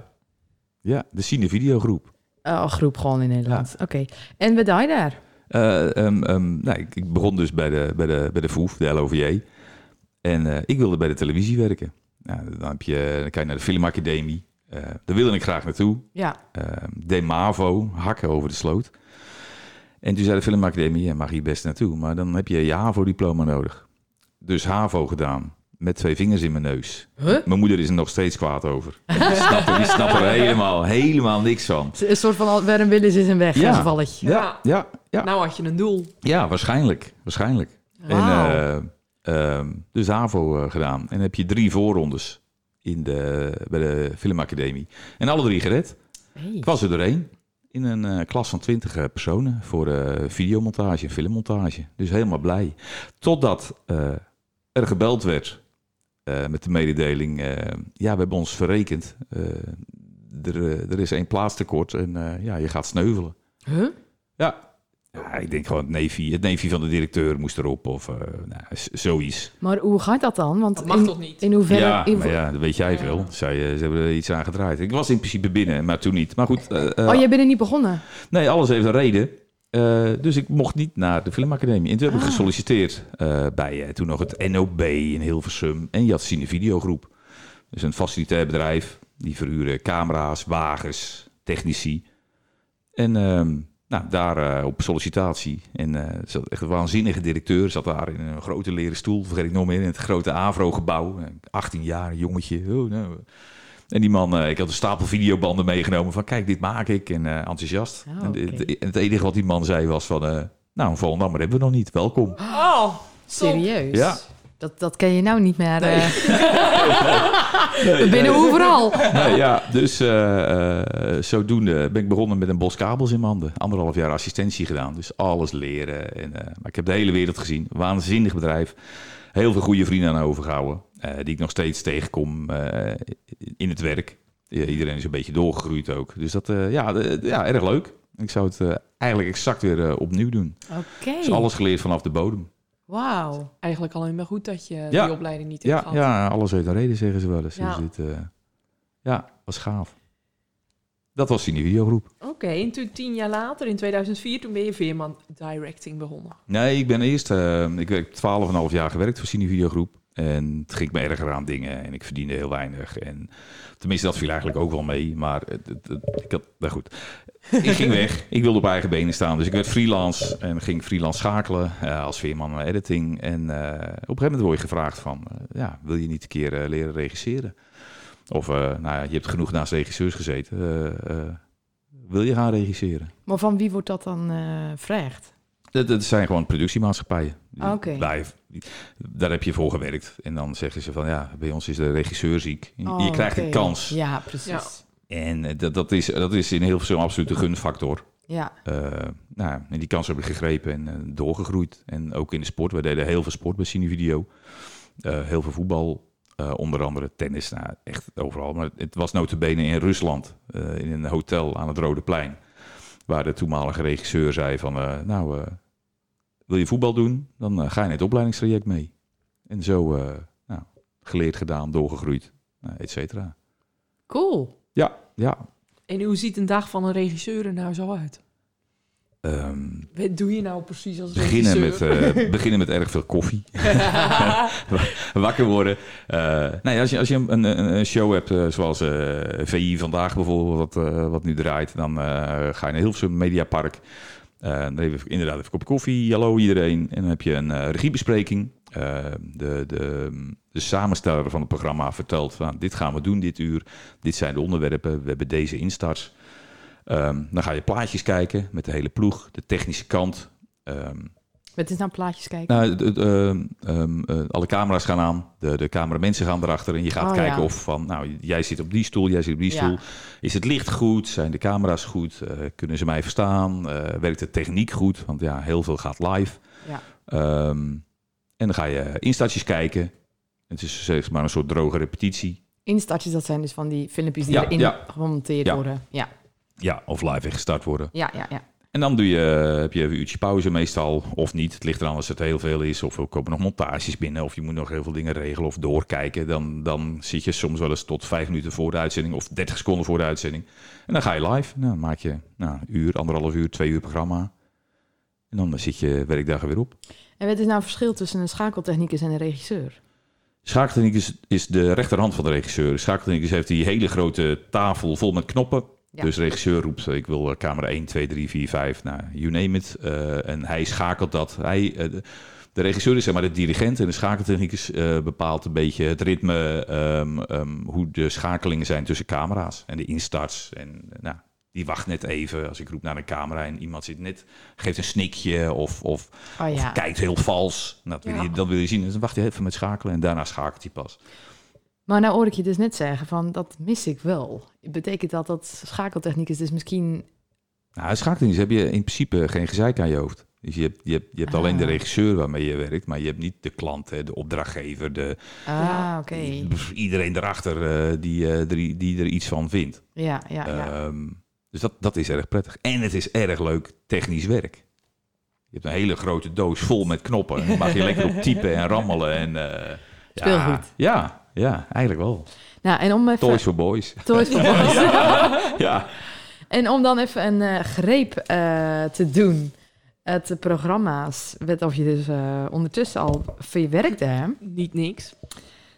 S3: ja, de Cine Videogroep.
S2: Oh, groep gewoon in Nederland. Oké. En wat deed je daar?
S3: Eh, ehm, ehm, nou, ik, ik begon dus bij de, bij de, bij de VOEF, de LOVJ. En eh, ik wilde bij de televisie werken. Nou, dan, heb je, dan kan je naar de filmacademie. Eh, daar wilde ik graag naartoe.
S2: Ja.
S3: Ehm, de MAVO, hakken over de sloot. En toen zei de filmacademie, je mag hier best naartoe. Maar dan heb je je HAVO-diploma nodig. Dus HAVO gedaan. Met twee vingers in mijn neus.
S2: Huh?
S3: Mijn moeder is er nog steeds kwaad over. [laughs] Die snapt er, die snapt er helemaal, helemaal niks van.
S2: Een soort van al- waar een wil is, is een weg,
S3: Ja.
S2: gevalletje.
S3: Ja, ja, ja.
S1: Nou had je een doel.
S3: Ja, waarschijnlijk. Waarschijnlijk.
S2: Wauw.
S3: En, eh, ehm, dus HAVO eh, gedaan. En dan heb je drie voorrondes in de, bij de Filmacademie. En alle drie gered.
S2: Hey.
S3: Ik was er doorheen. In een eh, klas van twintig personen voor eh, videomontage en filmmontage. Dus helemaal blij. Totdat eh, er gebeld werd eh, met de mededeling... eh, ja, we hebben ons verrekend. Eh, er, eh, er is één plaats tekort en eh, ja, je gaat sneuvelen.
S2: Huh?
S3: Ja, ik denk gewoon het neefje, het neefje van de directeur moest erop of eh, nou, z- zoiets.
S2: Maar hoe gaat dat dan? Want
S1: Dat mag
S2: in,
S1: toch niet?
S2: in hoeverre...
S3: ja,
S2: in-
S3: maar ja, dat weet jij veel. Zij, eh, ze hebben er iets aan gedraaid. Ik was in principe binnen, maar toen niet. Maar goed, eh, eh,
S2: Oh, jij bent er niet begonnen?
S3: nee, alles heeft een reden. Eh, dus ik mocht niet naar de filmacademie. En toen heb ik
S2: Ah.
S3: gesolliciteerd eh, bij eh, toen nog het NOB in Hilversum. En je had Cine Videogroep. Dus een facilitair bedrijf. Die verhuren camera's, wagens, technici. En ehm, nou, daar eh, op sollicitatie. En eh, er zat echt een waanzinnige directeur. Zat daar in een grote leren stoel, vergeet ik nog meer. In het grote AVRO-gebouw. 18 jaar, een jongetje. Oh, nou. En die man, eh, ik had een stapel videobanden meegenomen. Van kijk, dit maak ik. En eh, enthousiast.
S2: Oh,
S3: En het-
S2: oké.
S3: het, het enige wat die man zei was van... eh, nou, een Volendammer hebben we nog niet. Welkom.
S1: Oh, sorry.
S2: Serieus?
S3: Ja.
S2: Dat, dat ken je nou niet meer.
S3: Nee.
S1: [laughs]
S2: eh, binnen overal.
S3: Nee, ja, dus eh, eh, zodoende ben ik begonnen met een bos kabels in mijn handen. Anderhalf jaar assistentie gedaan, dus alles leren. En, eh, maar ik heb de hele wereld gezien. Waanzinnig bedrijf. Heel veel goede vrienden aan overgehouden, eh, die ik nog steeds tegenkom eh, in het werk. Ja, iedereen is een beetje doorgegroeid ook. Dus dat, eh, ja, de- ja, erg leuk. Ik zou het eh, eigenlijk exact weer eh, opnieuw doen.
S2: Oké.
S3: Dus alles geleerd vanaf de bodem.
S2: Wauw.
S1: Eigenlijk alleen maar goed dat je
S3: Ja.
S1: die opleiding niet hebt
S3: Ja,
S1: gehad.
S3: ja, alles heeft een reden, zeggen ze wel eens.
S1: Ja.
S3: Dus dit, eh, ja, was gaaf. Dat was in die videogroep.
S1: Oké, en toen tien jaar later, in 2004, toen ben je Veerman Directing begonnen.
S3: Nee, ik ben eerst, eh, ik heb 12,5 jaar gewerkt voor Cine Videogroep. En het ging me erger aan dingen en ik verdiende heel weinig. En tenminste, dat viel eigenlijk ook wel mee. Maar het, het- het- ik had, nou goed. Ik ging weg. Ik wilde op eigen benen staan. Dus ik werd freelance en ging freelance schakelen eh, als veerman en editing. En eh, op een gegeven moment word je gevraagd van, eh, ja, wil je niet een keer eh, leren regisseren? Of, eh, nou ja, je hebt genoeg naast regisseurs gezeten. Eh, eh, wil je gaan regisseren?
S2: Maar van wie wordt dat dan eh gevraagd?
S3: Dat, dat zijn gewoon productiemaatschappijen. Die-
S2: Ah, oké.
S3: wij- daar heb je voor gewerkt. En dan zeggen ze van ja, bij ons is de regisseur ziek. Je,
S2: Oh,
S3: je krijgt een
S2: oké.
S3: kans.
S2: Ja, precies.
S3: En eh, dat, dat, is, dat is in heel veel absolute gunfactor.
S2: Ja.
S3: Eh, nou, ja, en die kans hebben we gegrepen en eh, doorgegroeid. En ook in de sport. We deden heel veel sport bij Cinevideo. Eh heel veel voetbal. Eh, onder andere tennis. Nou, echt overal. Maar het was notabene in Rusland. eh, in een hotel aan het Rode Plein. Waar de toenmalige regisseur zei van... eh, nou, eh, wil je voetbal doen? Dan eh, ga je in het opleidingstraject mee. En zo eh, nou, geleerd gedaan, doorgegroeid, eh, et cetera.
S2: Cool.
S3: Ja, ja.
S1: En hoe ziet een dag van een regisseur er nou zo uit?
S3: Ehm,
S1: Wat doe je nou precies als
S3: beginnen, met,
S1: regisseur?
S3: eh, beginnen met eh, erg veel koffie. [laughs] wakker worden. Eh, nou ja, als je, als je een, een, een show hebt, eh, zoals eh, VI vandaag bijvoorbeeld, wat, eh, wat nu draait, dan eh, ga je naar Hilversum Mediapark. Eh dan heb je inderdaad even een kop koffie, hallo iedereen. En dan heb je een eh, regiebespreking. Eh, de, de, de samensteller van het programma vertelt, van, dit gaan we doen dit uur. Dit zijn de onderwerpen, we hebben deze instarts. Ehm, dan ga je plaatjes kijken met de hele ploeg, de technische kant. Ehm,
S2: Wat is nou plaatjes kijken?
S3: nou, het- het, ehm, ehm, eh, alle camera's gaan aan, de, de cameramensen gaan erachter en je gaat
S2: Oh,
S3: kijken
S2: ja.
S3: of van, nou, jij zit op die stoel, jij zit op Nou, die
S2: Ja.
S3: stoel. Is het licht goed? Zijn de camera's goed? Eh, kunnen ze mij verstaan? Eh, werkt de techniek goed? Want ja, heel veel gaat live.
S2: Ja.
S3: Ehm, en dan ga je instartjes kijken. Het is zeg maar een soort droge repetitie.
S2: Instartjes, dat zijn dus van die filmpjes die
S3: Ja,
S2: erin
S3: ja.
S2: gemonteerd
S3: Ja.
S2: worden. Ja,
S3: Ja, of live ingestart worden.
S2: ja, ja. ja.
S3: En dan doe je, heb je een uurtje pauze meestal, of niet. Het ligt eraan als het heel veel is, of er komen nog montages binnen... of je moet nog heel veel dingen regelen of doorkijken. Dan, dan zit je soms wel eens tot vijf minuten voor de uitzending... of 30 seconden voor de uitzending. En dan ga je live. Nou, dan maak je nou, een uur, anderhalf uur, twee uur programma. En dan zit je werkdagen weer op.
S2: En wat is nou het verschil tussen een schakeltechnicus en een regisseur?
S3: Schakeltechniek is, is de rechterhand van de regisseur. Schakeltechniek heeft die hele grote tafel vol met knoppen.
S2: Ja.
S3: Dus de regisseur roept, eh, ik wil eh, camera 1, 2, 3, 4, 5, nou, you name it. Eh, en hij schakelt dat. Hij, eh, de- de regisseur is zeg maar de dirigent en de schakeltechnicus eh, bepaalt een beetje het ritme, ehm, ehm, hoe de schakelingen zijn tussen camera's en de instarts. En eh, nou, die wacht net even als ik roep naar een camera en iemand zit net, geeft een snikje of, of
S2: Oh
S3: of
S2: ja.
S3: kijkt heel vals. Nou, dat, wil
S1: Ja.
S3: je, dat wil je zien. Dus dan wacht je even met schakelen en daarna schakelt hij pas.
S2: Maar nou hoor ik je dus net zeggen van dat mis ik wel. Betekent dat dat schakeltechnicus dus misschien...
S3: Nou, schakeling heb je in principe geen gezeik aan je hoofd. Dus je hebt, je hebt, je hebt alleen de
S2: Ah.
S3: regisseur waarmee je werkt, maar je hebt niet de klant, hè, de opdrachtgever, de,
S2: Ah, oké.
S3: pff, iedereen erachter eh, die, eh, die, die er iets van vindt.
S2: Ja, ja, ja.
S3: Ehm, dus dat, dat is erg prettig. En het is erg leuk technisch werk. Je hebt een hele grote doos vol met knoppen. En daar mag je lekker op typen en rammelen. En, eh, ja,
S2: Speelgoed.
S3: ja, ja, eigenlijk wel.
S2: Nou, en om even...
S3: Toys for
S2: [laughs]
S3: boys.
S2: Toys for Boys.
S3: [laughs]
S2: [laughs]
S3: Ja.
S2: En om dan even een eh, greep eh, te doen. Het programma's, weet of je dus eh, ondertussen al verwerkte, hè?
S1: [laughs] Niet niks.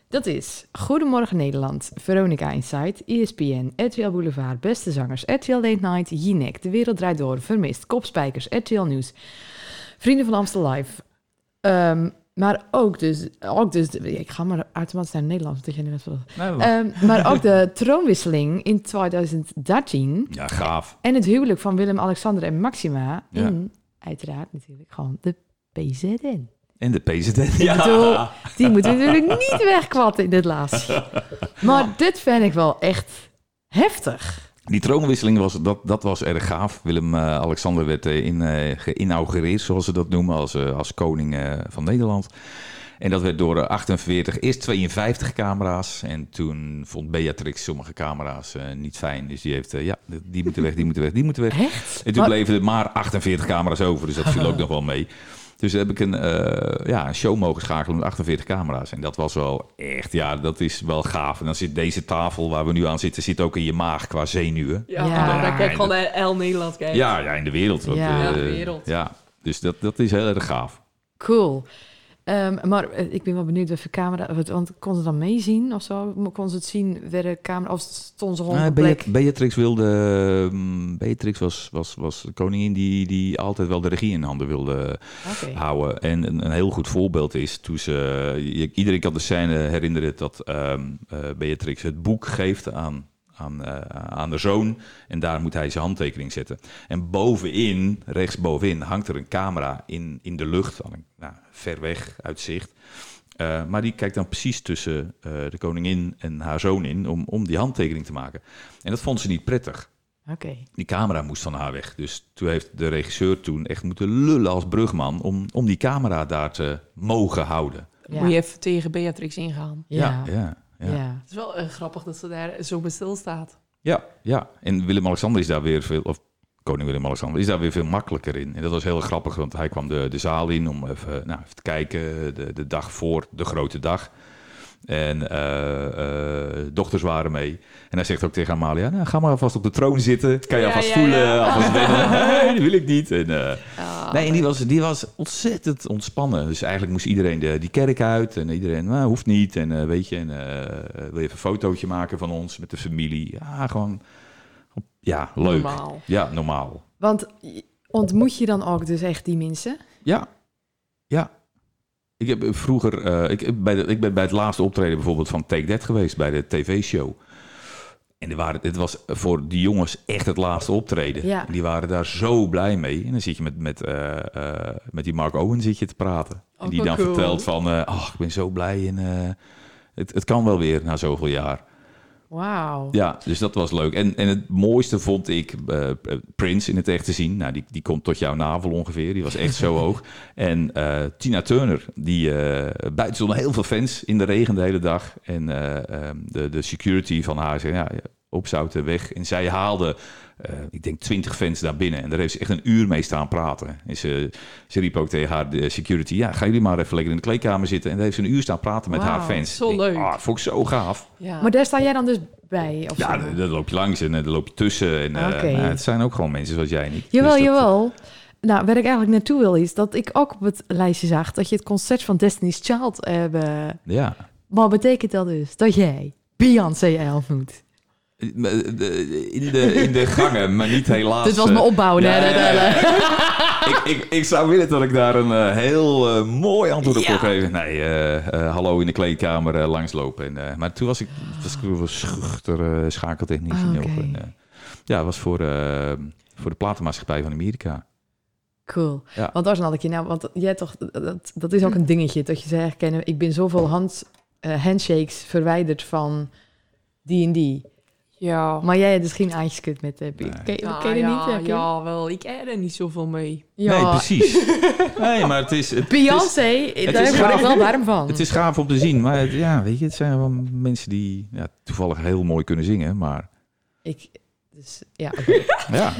S2: Dat is Goedemorgen Nederland, Veronica Insight, E ESPN, RTL Boulevard, Beste Zangers, RTL Late Night, Jinek, De Wereld Draait Door, Vermist, Kopspijkers, RTL Nieuws, Vrienden van Amstel Live. Ehm, maar ook dus, ook dus, ik ga maar automatisch naar Nederland, dat jij net wil. Ehm, maar ook de troonwisseling in 2013
S3: ja, gaaf.
S2: en het huwelijk van Willem, Alexander en Maxima
S3: Ja.
S2: in, uiteraard natuurlijk, gewoon de PZN.
S3: En de PZD.
S2: Ik bedoel, die moeten we natuurlijk niet wegkwatten in dit laatste.
S3: [laughs]
S2: Maar dit vind ik wel echt heftig.
S3: Die troonwisseling was, dat, dat was erg gaaf. Willem-Alexander werd eh, in, eh, geïnaugureerd, zoals ze dat noemen, als, eh, als koning eh, van eh, Nederland. En dat werd door eh, 48, eerst 52 camera's. En toen vond Beatrix sommige camera's eh, niet fijn. Dus die heeft, eh, ja, die moeten weg, die moeten weg, die moeten weg.
S2: Echt?
S3: En toen bleven er maar 48 camera's over, dus dat viel
S2: [laughs]
S3: ook nog wel mee. Dus heb ik een, eh, ja, een show mogen schakelen met 48 camera's. En dat was wel echt, ja, dat is wel gaaf. En dan zit deze tafel waar we nu aan zitten, zit ook in je maag qua zenuwen.
S1: Ja,
S2: Ja.
S1: dan kijk ik gewoon naar El Nederland kijken.
S3: Ja, ja in de wereld. want,
S2: Ja.
S3: eh,
S1: Ja, de wereld.
S3: ja. dus dat, dat is heel erg gaaf.
S2: Cool. Ehm, maar eh, ik ben wel benieuwd of de camera... wat- Want kon ze dan meezien of zo? Mo- Kon ze het zien? Werd de camera... Of stond ze gewoon op
S3: Nou,
S2: een plek?
S3: Beat- Beatrix wilde, mm, Beatrix was, was, was de koningin die, die altijd wel de regie in handen wilde
S2: Oké.
S3: houden. En een, een heel goed voorbeeld is toen ze. je- iedereen kan de scène herinneren dat ehm, eh, Beatrix het boek geeft aan, aan, eh, aan de zoon. En daar moet hij zijn handtekening zetten. En bovenin, rechtsbovenin, hangt er een camera in, in de lucht. aan een- Nou, ver weg uit zicht. Eh, maar die kijkt dan precies tussen eh, de koningin en haar zoon in om, om die handtekening te maken. En dat vond ze niet prettig
S2: Oké.
S3: die camera moest van haar weg. Dus toen heeft de regisseur toen echt moeten lullen als brugman om, om die camera daar te mogen houden.
S2: Ja.
S1: Moet je even tegen Beatrix ingaan.
S2: Ja.
S3: ja, ja. ja.
S2: Ja.
S1: Het is wel eh, grappig dat ze daar zo bij stilstaat.
S3: Ja, ja. en Willem-Alexander is daar weer veel, of koning Willem-Alexander is daar weer veel makkelijker in. En dat was heel grappig, want hij kwam de, de zaal in om even, nou, even te kijken, de, de dag voor de grote dag. En eh, eh, dochters waren mee. En hij zegt ook tegen Amalia, nou, ga maar vast op de troon zitten. Kan je
S1: Ja,
S3: alvast
S1: ja,
S3: voelen,
S1: ja.
S3: alvast wennen. [laughs] Nee, dat wil ik niet. En, eh,
S1: Oh,
S3: nee, en die was, die was ontzettend ontspannen. Dus eigenlijk moest iedereen de, die kerk uit. En iedereen, nou, hoeft niet. En eh, weet je, en, eh, wil je even een fotootje maken van ons met de familie? Ja, gewoon, ja, leuk.
S1: Normaal.
S3: Ja, normaal.
S2: Want je- ontmoet je dan ook dus echt die mensen?
S3: Ja, ja. Ik heb vroeger, eh, ik, bij de, ik ben bij het laatste optreden bijvoorbeeld van Take That geweest bij de tv-show. En er waren, het was voor die jongens echt het laatste optreden.
S2: Ja.
S3: Die waren daar zo blij mee. En dan zit je met, met, eh, eh, met die Mark Owen zit je te praten.
S1: Ook
S3: en die
S1: wel
S3: dan
S1: cool.
S3: vertelt van, eh, ach, ik ben zo blij en eh, het, het kan wel weer na zoveel jaar.
S2: Wauw.
S3: Ja, dus dat was leuk. En, en het mooiste vond ik eh, Prince in het echt te zien. Nou, die, die komt tot jouw navel ongeveer. Die was echt zo hoog. En eh, Tina Turner, die eh buiten stonden heel veel fans in de regen de hele dag. En eh, ehm, de, de security van haar zei, ja, opzouten weg. En zij haalde, eh, ik denk, twintig fans daar binnen. En daar heeft ze echt een uur mee staan praten. En ze, ze riep ook tegen haar de security, ja, gaan jullie maar even lekker in de kleedkamer zitten. En daar heeft ze een uur staan praten met
S2: Wauw,
S3: haar fans.
S1: zo
S3: Ik denk,
S1: leuk.
S3: Ah, vond ik zo gaaf.
S1: Ja.
S2: Maar daar sta jij dan dus bij? Of
S3: Ja,
S2: zo?
S3: daar daar loop je langs en eh, daar loop je tussen. En, eh,
S2: Oké.
S3: nou, het zijn ook gewoon mensen zoals jij niet.
S2: Jawel,
S3: Dus dat-
S2: jawel. Nou, waar ik eigenlijk naartoe wil is dat ik ook op het lijstje zag dat je het concert van Destiny's Child hebben.
S3: Ja.
S2: Wat betekent dat dus? Dat jij Beyoncé ontmoet.
S3: Eh, eh, In de, in de gangen, maar niet helaas.
S2: Dit was mijn
S3: eh,
S2: opbouw.
S3: ja,
S2: nee, nee,
S3: ja,
S2: nee,
S3: ja.
S2: nee.
S3: [laughs] ik, ik, ik zou willen dat ik daar een eh, heel eh, mooi antwoord op kon geven. Nee, eh, eh, hallo in de kleedkamer eh, langslopen. En, eh, maar toen was ik, was ik wel schuchter eh, schakeltechnisch.
S2: Ah,
S3: op.
S2: oké.
S3: En, eh, ja, het was voor, eh, voor de platenmaatschappij van Amerika.
S2: Cool.
S3: Ja.
S2: Want daar had ik je nou, want jij toch, dat, dat is ook een dingetje dat je zei herkennen. Ik ben zoveel hand, eh, handshakes verwijderd van die en die.
S1: ja.
S2: Maar jij hebt dus geen aangeskut met eh,
S3: Nee.
S2: Ken,
S1: Ja,
S2: ken je
S1: Ah, ja,
S2: niet? hè, Pim?
S1: Ja, wel. Ik ken er niet zoveel mee.
S2: Ja.
S3: Nee,
S2: [laughs]
S3: precies. nee, maar het is... het- het is-
S2: Beyoncé, daar
S3: is
S2: word ik
S3: gaaf.
S2: wel warm van.
S3: Het is gaaf om te zien, maar het, ja, weet je, het zijn wel mensen die ja, toevallig heel mooi kunnen zingen, maar
S2: Ik, dus, ja, oké.
S3: [laughs] ja.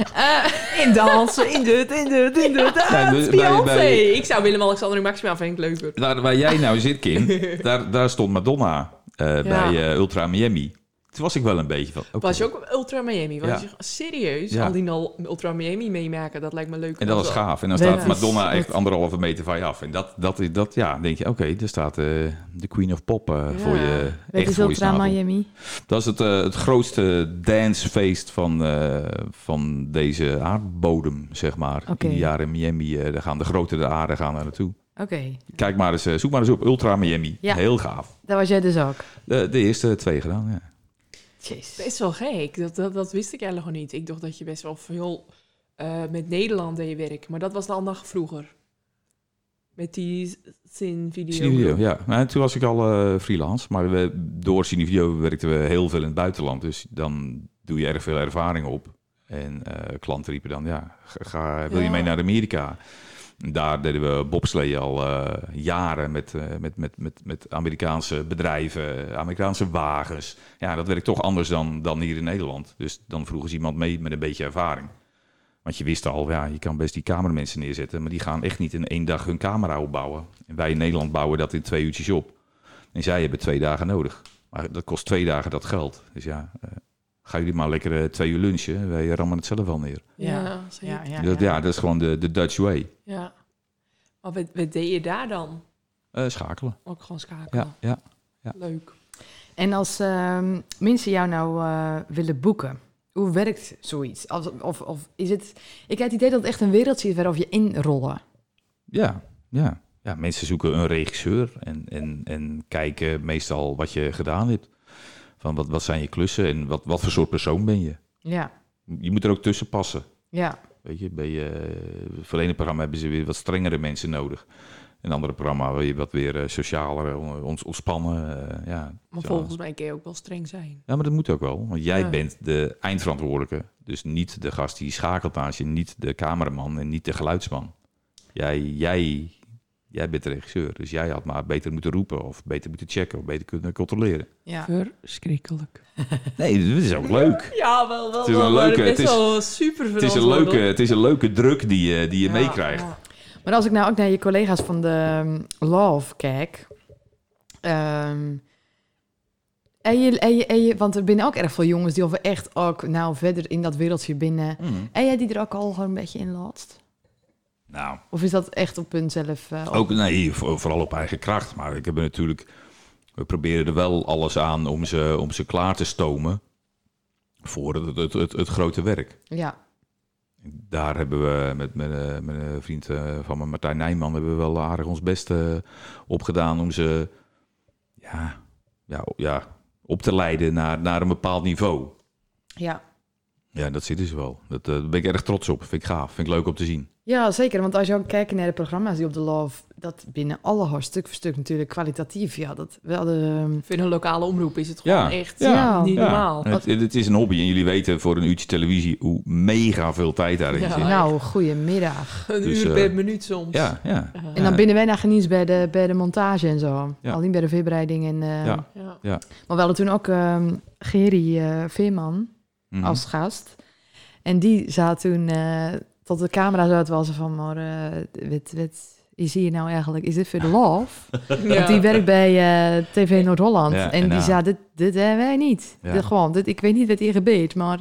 S1: In dansen, in dit, in dit, in dit.
S3: Ja, bij-
S1: Beyoncé.
S3: bij-
S1: Ik zou Willem-Alexander en Maxima vind ik leuker.
S3: Daar waar jij nou zit,
S1: [laughs]
S3: Kim, daar, daar stond Madonna eh, bij eh, Ultra Miami. Toen was ik wel een beetje van. oké.
S1: Was je ook Ultra Miami? Was
S3: Ja.
S1: je serieus?
S3: Ja.
S1: Al die al Ultra Miami meemaken, dat lijkt me leuk.
S3: En dat was
S1: Zo.
S3: gaaf. En dan
S2: Nee,
S3: staat
S2: dat is-
S3: Madonna echt anderhalve meter van je af. En dat, dat is dat, ja, dan denk je, oké, daar staat eh, de Queen of Pop eh, voor je.
S2: Weet
S3: echt
S2: je
S3: voor je
S2: Ultra
S3: snavel.
S2: Miami?
S3: Dat is het, eh, het grootste dancefeest van, eh, van deze aardbodem, zeg maar.
S2: Oké.
S3: In die jaren in Miami, eh, daar gaan de grote de aarde gaan daar naartoe.
S2: Oké,
S3: Kijk maar eens, eh, zoek maar eens op Ultra Miami.
S2: Ja.
S3: Heel gaaf.
S2: daar was jij dus ook.
S3: De, de eerste twee gedaan, ja.
S1: Dat
S2: Jeez.
S1: is wel gek. Dat, dat, dat wist ik eigenlijk nog niet. Ik dacht dat je best wel veel eh, met Nederland deed werk. Maar dat was dan nog vroeger. Met die Sin-video.
S3: Cinevideo, ja. Nou, toen was ik al eh, freelance, maar we, door Cinevideo werkten we heel veel in het buitenland. Dus dan doe je erg veel ervaring op. En eh, klanten riepen dan, ja, ga, ga- wil je
S1: Ja.
S3: mee naar Amerika? En daar deden we bobsleeën al eh, jaren met, eh, met, met, met, met Amerikaanse bedrijven, Amerikaanse wagens. Ja, dat werkt toch anders dan, dan hier in Nederland. Dus dan vroegen ze iemand mee met een beetje ervaring. Want je wist al, ja, je kan best die cameramensen neerzetten, maar die gaan echt niet in één dag hun camera opbouwen. En wij in Nederland bouwen dat in twee uurtjes op. En zij hebben twee dagen nodig. Maar dat kost twee dagen dat geld. Dus ja, eh, ga jullie maar lekker eh, twee uur lunchen. Wij rammen het zelf wel neer.
S1: Ja,
S4: Ja,
S1: zeker.
S4: ja, ja,
S3: dat, ja, dat is gewoon de, de Dutch way.
S1: Ja. Maar wat, wat deed je daar dan?
S3: Eh, schakelen.
S1: Ook gewoon schakelen.
S3: Ja, ja.
S1: Leuk.
S2: En als ehm, mensen jou nou eh, willen boeken, hoe werkt zoiets? Als- of, of is het... Ik heb het idee dat het echt een wereldje is waarop je inrollen.
S3: Ja, ja. ja mensen zoeken een regisseur en, en, en kijken meestal wat je gedaan hebt. Van wat, wat zijn je klussen en wat, wat voor soort persoon ben je?
S2: Ja,
S3: Je moet er ook tussen passen.
S2: ja.
S3: Weet je, bij, eh, voor het ene programma hebben ze weer wat strengere mensen nodig. Een andere programma wil je wat weer eh, socialer, eh, ons ontspannen. eh, ja.
S1: Maar
S3: Zo.
S1: volgens mij kun je ook wel streng zijn.
S3: ja, maar dat moet ook wel. Want jij
S1: Ja.
S3: bent de eindverantwoordelijke. Dus niet de gast die schakelt naast je, niet de cameraman en niet de geluidsman. Jij, jij, jij bent de regisseur. Dus jij had maar beter moeten roepen of beter moeten checken of beter kunnen controleren.
S2: Ja.
S1: Verschrikkelijk.
S3: Nee, dat is ook leuk.
S1: Ja, wel, wel.
S3: Het is wel, een maar leuke- best het is- wel
S1: super
S3: Het is een leuke, het is een leuke druk die je, die je
S1: Ja,
S3: meekrijgt.
S1: ja.
S2: Maar als ik nou ook naar je collega's van de ehm, Love kijk. ehm, en je, en je, en je, want er binnen ook erg veel jongens die al echt ook nou verder in dat wereldje binnen.
S3: Mm.
S2: En jij die er ook al gewoon een beetje in laatst?
S3: Nou,
S2: Of is dat echt op hunzelf? eh, op-
S3: Ook nee, voor- vooral op eigen kracht. Maar ik heb er natuurlijk. We proberen er wel alles aan om ze, om ze klaar te stomen voor het, het, het, het grote werk.
S2: Ja,
S3: Daar hebben we met mijn, eh, mijn eh, vriend eh, van me, Martijn Nijman, hebben we wel aardig ons best eh, op gedaan om ze ja, ja, ja, op te leiden naar, naar een bepaald niveau.
S2: ja.
S3: Ja, dat zitten ze wel. Dat, eh, daar ben ik erg trots op. Vind ik gaaf. Vind ik leuk om te zien.
S2: Ja, zeker. Want als je ook kijkt naar de programma's die op de Love, dat binnen alle haar stuk voor stuk natuurlijk kwalitatief. Ja, dat wel de.
S1: Ik vind een lokale omroep is het
S3: Ja,
S1: gewoon echt
S2: ja,
S1: niet
S3: Ja,
S1: normaal.
S3: Het, het is een hobby en jullie weten voor een uurtje televisie hoe mega veel tijd daarin
S1: Ja.
S3: zit.
S2: nou, goedemiddag.
S1: Een
S3: Dus,
S1: uur
S3: eh,
S1: per minuut soms. Eh,
S3: Ja, ja.
S1: Ja.
S2: En dan binnen wij naar geniet bij de, bij de montage en zo.
S3: Ja.
S2: Alleen bij de voorbereiding. En, eh,
S3: Ja.
S1: [laughs] Ja.
S2: Maar we hadden toen ook ehm Gerry eh, Veerman
S3: Mhm.
S2: als gast. En die zat toen eh, tot de camera zo uit was van, maar eh, wat, wat is hier nou eigenlijk? Is dit
S3: [laughs]
S2: voor de love? Want die werkt bij eh, TV Noord-Holland.
S3: Ja,
S2: en
S3: en
S2: die
S3: ja.
S2: zei, dit, dit hebben wij niet.
S3: Ja.
S2: Dit gewoon, dit, ik weet niet wat hier gebeurt, maar...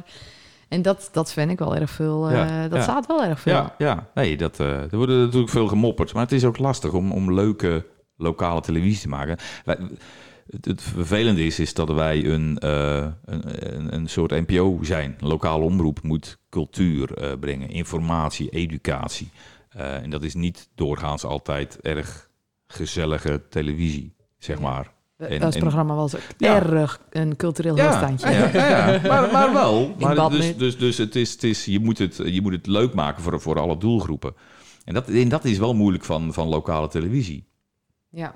S2: En dat, dat vind ik wel erg veel. eh,
S3: Ja,
S2: Dat
S3: ja.
S2: staat wel erg veel.
S3: ja, ja. Nee, dat, eh, er worden natuurlijk veel gemopperd. Maar het is ook lastig om, om leuke lokale televisie te maken. Wij- het, het vervelende is, is dat wij een, eh, een, een, een soort NPO zijn. Een lokale omroep moet cultuur eh, brengen, informatie, educatie. Eh, en dat is niet doorgaans altijd erg gezellige televisie, zeg
S2: Ja.
S3: maar.
S2: Dat
S3: En-
S2: dat
S3: en-
S2: programma was ook
S3: Ja.
S2: erg een cultureel hoogstandje.
S3: ja, ja, ja. Maar,
S2: [laughs]
S3: maar wel. Maar
S2: bad
S3: dus
S2: met-
S3: dus, dus het is, het is, je, moet het, je moet het leuk maken voor, voor alle doelgroepen. En dat, en dat is wel moeilijk van, van lokale televisie.
S2: Ja.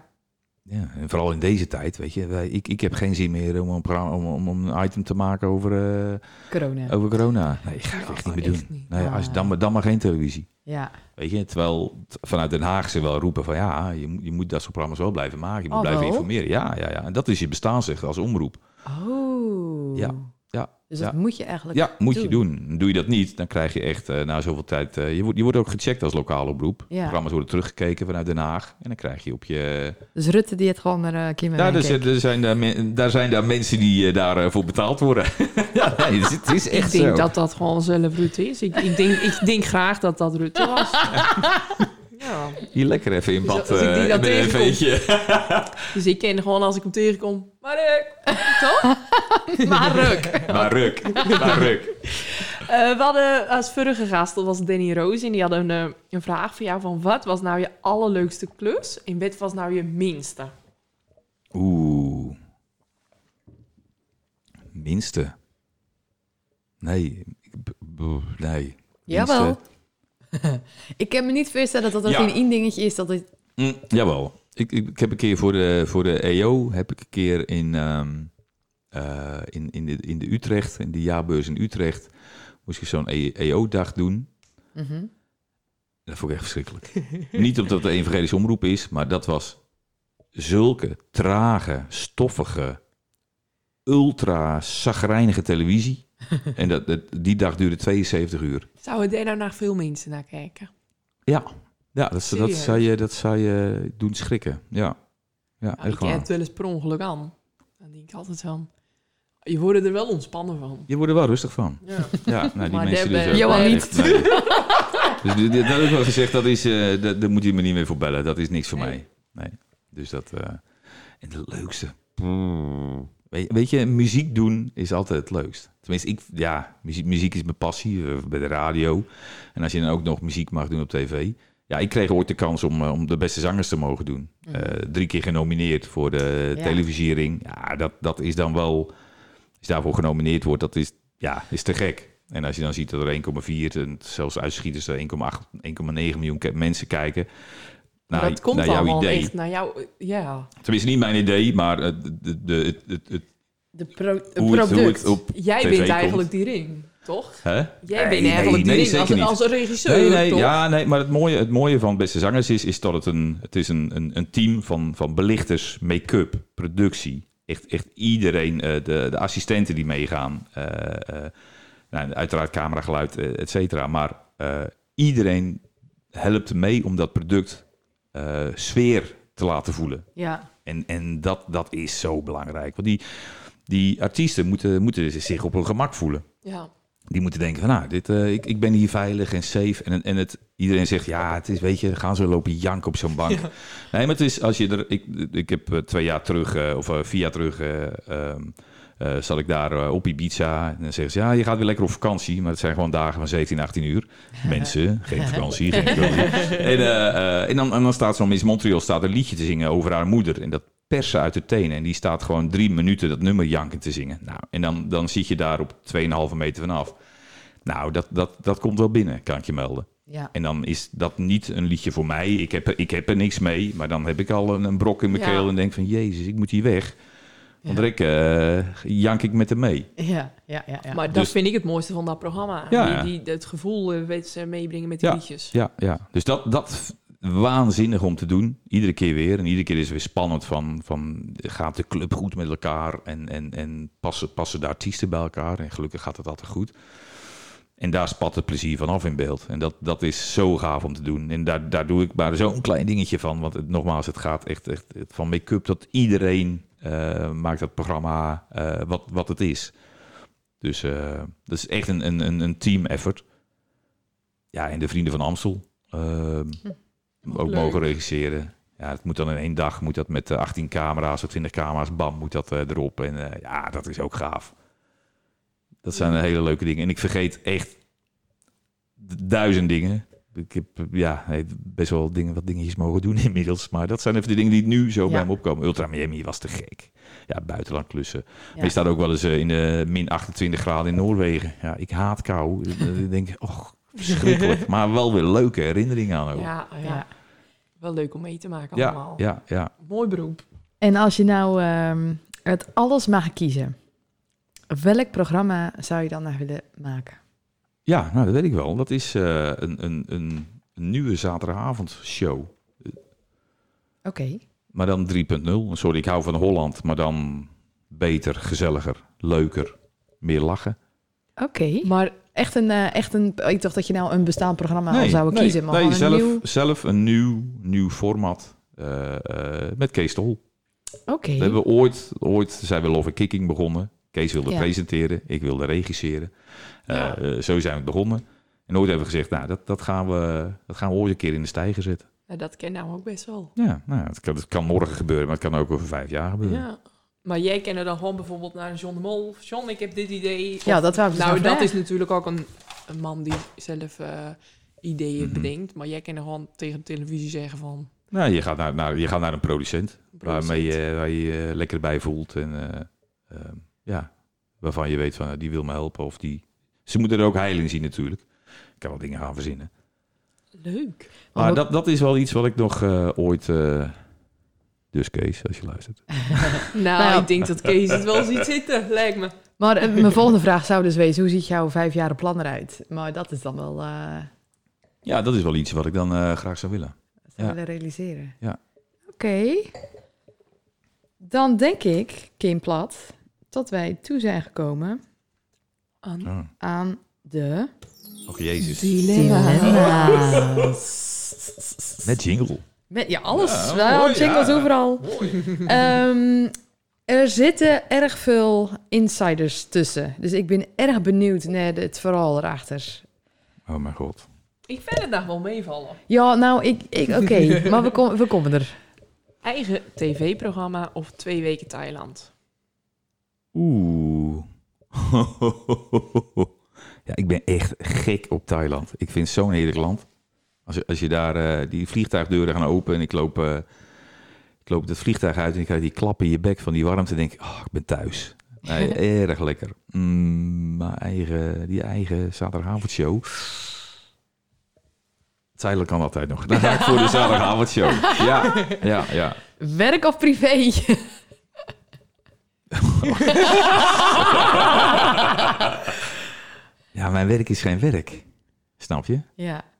S3: Ja, en vooral in deze tijd, weet je. wij- Ik, ik heb geen zin meer om een, pra- om, om, om een item te maken over, eh,
S2: corona. Oh,
S3: over corona. Nee, ga ik echt niet meer doen.
S1: Echt niet.
S3: Nee, als,
S2: Ah.
S3: dan, maar- dan maar geen televisie.
S2: Ja.
S3: Weet je, terwijl t- vanuit Den Haag ze wel roepen van ja, je, moet- je moet dat soort programma's wel blijven maken. Je moet
S2: Oh,
S3: blijven
S2: wel?
S3: informeren. Ja, ja, ja. En dat is je bestaansrecht als omroep.
S2: Oh.
S3: Ja, ja,
S2: Dus dat
S3: ja.
S2: moet je eigenlijk...
S3: Ja, moet je doen. Doe je dat niet, dan krijg je echt eh, na zoveel tijd... eh, je, wordt, je wordt ook gecheckt als lokale oproep.
S2: Ja.
S3: Programma's worden teruggekeken vanuit Den Haag. En dan krijg je op je...
S2: Dus Rutte die het gewoon naar eh, Kim en
S3: Ja,
S2: mij
S3: dus,
S2: keek.
S3: eh, er zijn daar, men- daar zijn daar mensen die eh, daar daarvoor betaald worden. [laughs] ja, nee, het, is- het is echt
S1: ik denk
S3: zo.
S1: dat dat gewoon zelf Rutte is. Ik, ik, denk, ik denk graag dat dat Rutte was. [laughs] ja.
S3: Hier lekker even in bad
S1: Dus als ik die
S3: eh,
S1: dan
S3: met een
S1: tegenkom.
S3: veetje.
S1: [laughs] Dus ik ken gewoon als ik hem tegenkom. Mark! [laughs] Toch? Mark!
S3: Maar ruk, maar ruk.
S1: Eh we hadden als vorige gast, dat was Danny Roos, en die had een, eh, een vraag voor jou van... Wat was nou je allerleukste klus en wat was nou je minste?
S3: Oeh. Minste. Nee. ik- b- b- Nee.
S2: Jawel.
S3: Minste.
S2: [laughs] Ik kan me niet voorstellen dat dat
S3: dus Ja.
S2: geen één dingetje is. Dat het...
S3: Mm, jawel. Ik, ik, ik heb een keer voor de, voor de EO, heb ik een keer in, ehm, eh, in, in, de, in de Utrecht, E, in de jaarbeurs in Utrecht, moest ik zo'n EO-dag doen.
S2: Mhm.
S3: Dat vond ik echt verschrikkelijk. Niet omdat het de evangelische omroep is, maar dat was zulke trage, stoffige, ultra zagrijnige televisie. En dat, dat- die dag duurde 72 uur.
S4: Zouden daar nou naar veel mensen naar kijken?
S3: Ja, ja dat, dat,
S4: Serieus?
S3: zou je, dat zou je doen schrikken. Ja,
S4: Nou,
S3: ja
S4: ik
S1: Oh,
S3: echt waar.
S4: heb wel eens per ongeluk aan. Dan denk ik altijd van... Je wordt er wel ontspannen van.
S3: Je wordt er wel rustig van.
S4: Ja.
S3: Ja, nou, die
S4: Maar
S3: mensen
S4: daar
S3: dus
S4: ben-
S3: ook
S2: Johan
S3: wel
S2: niet.
S3: echt, nee. Dus dit- dit- dat heb ik wel gezegd, dat is, eh, dat, daar moet je me niet meer voor bellen. Dat is niks voor
S4: Nee.
S3: mij. Nee. Dus dat... eh, en de leukste. Weet, weet je, muziek doen is altijd het leukst. Tenminste, ik, ja, muziek, muziek is mijn passie eh, bij de radio. En als je dan ook nog muziek mag doen op tv. Ja, ik kreeg ooit de kans om, eh, om de beste zangers te mogen doen.
S4: Mhm.
S3: Eh, drie keer genomineerd voor de
S2: Ja.
S3: televisiering. Ja, dat, dat is dan wel... Als je daarvoor genomineerd wordt, dat is, ja, is te gek. En als je dan ziet dat er 1,4 en zelfs uitschieters er 1,8, 1,9 miljoen ke- mensen kijken.
S4: Maar
S3: Naar,
S4: dat komt
S3: naar jouw
S4: allemaal
S3: idee.
S4: echt naar jou. Ja.
S3: Tenminste, niet mijn idee, maar eh, de, de, het- het- het-
S2: De pro- het
S3: hoe, het, hoe
S2: product.
S3: het op
S4: Jij
S3: TV
S4: bent
S3: komt.
S4: eigenlijk die ring, toch?
S3: Hè?
S4: Jij
S3: Nee,
S4: bent eigenlijk
S3: nee,
S4: die
S3: nee,
S4: ring als,
S3: zeker niet.
S4: als een regisseur,
S3: Nee, nee,
S4: toch?
S3: ja, nee, maar het mooie, het mooie van Beste Zangers is, is dat het een, het is een, een, een team van, van belichters, make-up, productie. Echt, echt iedereen, eh, de, de assistenten die meegaan, eh, eh, nou, uiteraard camera, geluid, eh, et cetera. Maar eh, iedereen helpt mee om dat product eh, sfeer te laten voelen.
S2: Ja.
S3: En, en dat, dat is zo belangrijk. Want die, die artiesten moeten, moeten zich op hun gemak voelen.
S4: Ja.
S3: Die moeten denken van, nou, dit, eh, ik, ik ben hier veilig en safe. En, en het, iedereen zegt, ja, het is, weet je, dan gaan ze lopen janken op zo'n bank. Nee, maar het is, als je er... Ik, ik heb eh, twee jaar terug, eh, of eh, vier jaar terug, eh, ehm, eh, zat ik daar eh, op Ibiza. En dan zeggen ze, ja, je gaat weer lekker op vakantie. Maar het zijn gewoon dagen van 17, 18 uur. Mensen, geen vakantie, geen vakantie. En, eh, eh, en, dan, en dan staat zo'n Miss Montreal staat een liedje te zingen over haar moeder. En dat persen uit de tenen. En die staat gewoon drie minuten dat nummer janken te zingen. Nou, en dan, dan zit je daar op 2,5 meter vanaf. Nou, dat, dat, dat komt wel binnen, kan ik je melden.
S2: Ja.
S3: En dan is dat niet een liedje voor mij. Ik heb, er- ik heb er niks mee. Maar dan heb ik al een, een brok in mijn
S4: Ja.
S3: keel en denk van... Jezus, ik moet hier weg. Want
S2: Ja.
S3: ik, jank ik met hem mee.
S2: Ja, ja, ja. ja.
S4: Maar dat
S3: Dus-
S4: vind ik het mooiste van dat programma.
S3: Ja.
S4: Die, die, het gevoel eh, weten ze meebrengen met die liedjes.
S3: Ja, ja. Dus dat, dat waanzinnig om te doen. Iedere keer weer. En iedere keer is het weer spannend van... van gaat de club goed met elkaar? En, en, en passen, passen de artiesten bij elkaar? En gelukkig gaat het altijd goed. En daar spat het plezier van af in beeld. En dat, dat is zo gaaf om te doen. En daar, daar doe ik maar zo'n klein dingetje van. Want het, nogmaals, het gaat echt, echt van make-up tot iedereen eh, maakt dat programma eh, wat, wat het is. Dus eh, dat is echt een, een- een, een team effort. Ja, en de Vrienden van Amstel ehm, ook
S4: leuk.
S3: mogen regisseren. Ja, het moet dan in één dag, moet dat met eh, 18 camera's of 20 camera's, bam, moet dat eh, erop. En eh, ja, dat is ook gaaf. Dat zijn hele leuke dingen. En ik vergeet echt duizend dingen. Ik heb eh, ja, nee, best wel dingen, wat dingetjes mogen doen [laughs] inmiddels. Maar dat zijn even de dingen die nu zo
S2: Ja.
S3: bij me opkomen. Ultra Miami was te gek. Ja, buitenland klussen.
S2: Ja.
S3: Maar je staat ook wel eens eh, in de min 28 graden in Noorwegen. Ja, ik haat
S2: [laughs]
S3: kou. Dus, eh, ik denk, och, verschrikkelijk. maar wel weer leuke herinneringen aan ook. Ja,
S4: Ja, ja.
S2: Ja.
S4: Wel leuk om mee te maken
S3: ja,
S4: allemaal.
S3: ja,
S4: Mooi beroep.
S2: En als je nou ehm, het alles mag kiezen, welk programma zou je dan naar willen maken?
S3: Ja, nou, dat weet ik wel. Dat is eh, een, een, een nieuwe zaterdagavondshow.
S2: Oké.
S3: Maar dan 3.0. Sorry, ik hou van Holland, maar dan beter, gezelliger, leuker, meer lachen.
S2: Oké.
S4: Maar
S2: Echt een, eh, echt een, ik dacht dat je nou een bestaand programma al zou
S3: nee,
S2: kiezen, maar
S3: nee,
S2: gewoon
S3: zelf,
S2: een nieuw.
S3: zelf een nieuw, nieuw format eh, eh, met Kees de Hol.
S2: Oké.
S3: We hebben ooit, ooit zijn we Love and Kicking begonnen. Kees wilde
S2: Ja.
S3: presenteren, ik wilde regisseren. Eh,
S4: Ja.
S3: eh, zo zijn we begonnen. En ooit hebben we gezegd, nou, dat, dat, gaan we, dat gaan we ooit een keer in de stijger zetten.
S4: nou, dat ken nou ook best wel.
S3: Ja, nou, ja, het, kan, het kan morgen gebeuren, maar het kan ook over vijf jaar gebeuren.
S4: Ja. Maar jij kende dan gewoon bijvoorbeeld naar John de Mol. Of, John, ik heb dit idee. Of-
S2: Ja, dat wou ik dus
S4: Nou,
S2: nog
S4: dat
S2: vragen.
S4: is natuurlijk ook een, een man die zelf eh, ideeën
S3: Mhm.
S4: bedenkt. Maar jij kende gewoon tegen de televisie zeggen van...
S3: Nou, je gaat naar, naar, je gaat naar een producent. Waarmee
S4: producent.
S3: je, waar je je lekker bij voelt. En eh, ehm, ja, waarvan je weet van eh, die wil me helpen. Of die... Ze moeten er ook heil in zien natuurlijk. Ik kan wel dingen gaan verzinnen.
S4: Leuk.
S3: Maar
S2: Ook-
S3: dat, dat is wel iets wat ik nog eh, ooit... eh, dus Kees, als je luistert.
S4: Nou,
S2: Nou.
S4: ik denk dat Kees het wel ziet zitten, [laughs] lijkt me.
S2: Maar eh, mijn volgende vraag zou dus wezen, hoe ziet jouw vijf jaren plan eruit? Maar dat is dan wel... eh,
S3: Ja, dat is wel iets wat ik dan eh, graag zou willen.
S2: zou
S3: Ja.
S2: willen realiseren.
S3: Ja.
S2: Oké. Dan denk ik, Kim Plat, dat wij toe zijn gekomen
S4: Aan
S3: Oh.
S2: aan de...
S3: Och, jezus.
S4: dilemma.
S2: Dilemma's.
S3: Met jingle.
S2: Met, ja, alles.
S3: Ja,
S2: Wij
S3: mooi,
S2: hadden jingles
S3: ja.
S2: overal. [laughs] Ehm, er zitten erg veel insiders tussen. Dus ik ben erg benieuwd naar het verhaal erachter.
S3: Oh mijn god.
S1: Ik vind het nog wel meevallen.
S2: Ja, nou, ik... ik Oké,
S3: [laughs]
S2: maar we, kom- we komen er.
S1: Eigen tv-programma of twee weken Thailand?
S3: Oeh. [laughs] ja, ik ben echt gek op Thailand. Ik vind het zo'n heerlijk land. Als je, als je daar eh, die vliegtuigdeuren gaan open en ik loop, eh, ik loop het vliegtuig uit en ik krijg die klap in je bek van die warmte. En denk ik, oh, ik ben thuis. [laughs] Nee, erg lekker. Mm, mijn eigen, die eigen zaterdagavondshow. Tijdelijk kan altijd nog. Dan ga ik [laughs] voor de zaterdagavondshow. Ja, ja, ja.
S2: Werk of privé? [laughs]
S3: Ja, mijn werk is geen werk. Snap je?
S2: ja.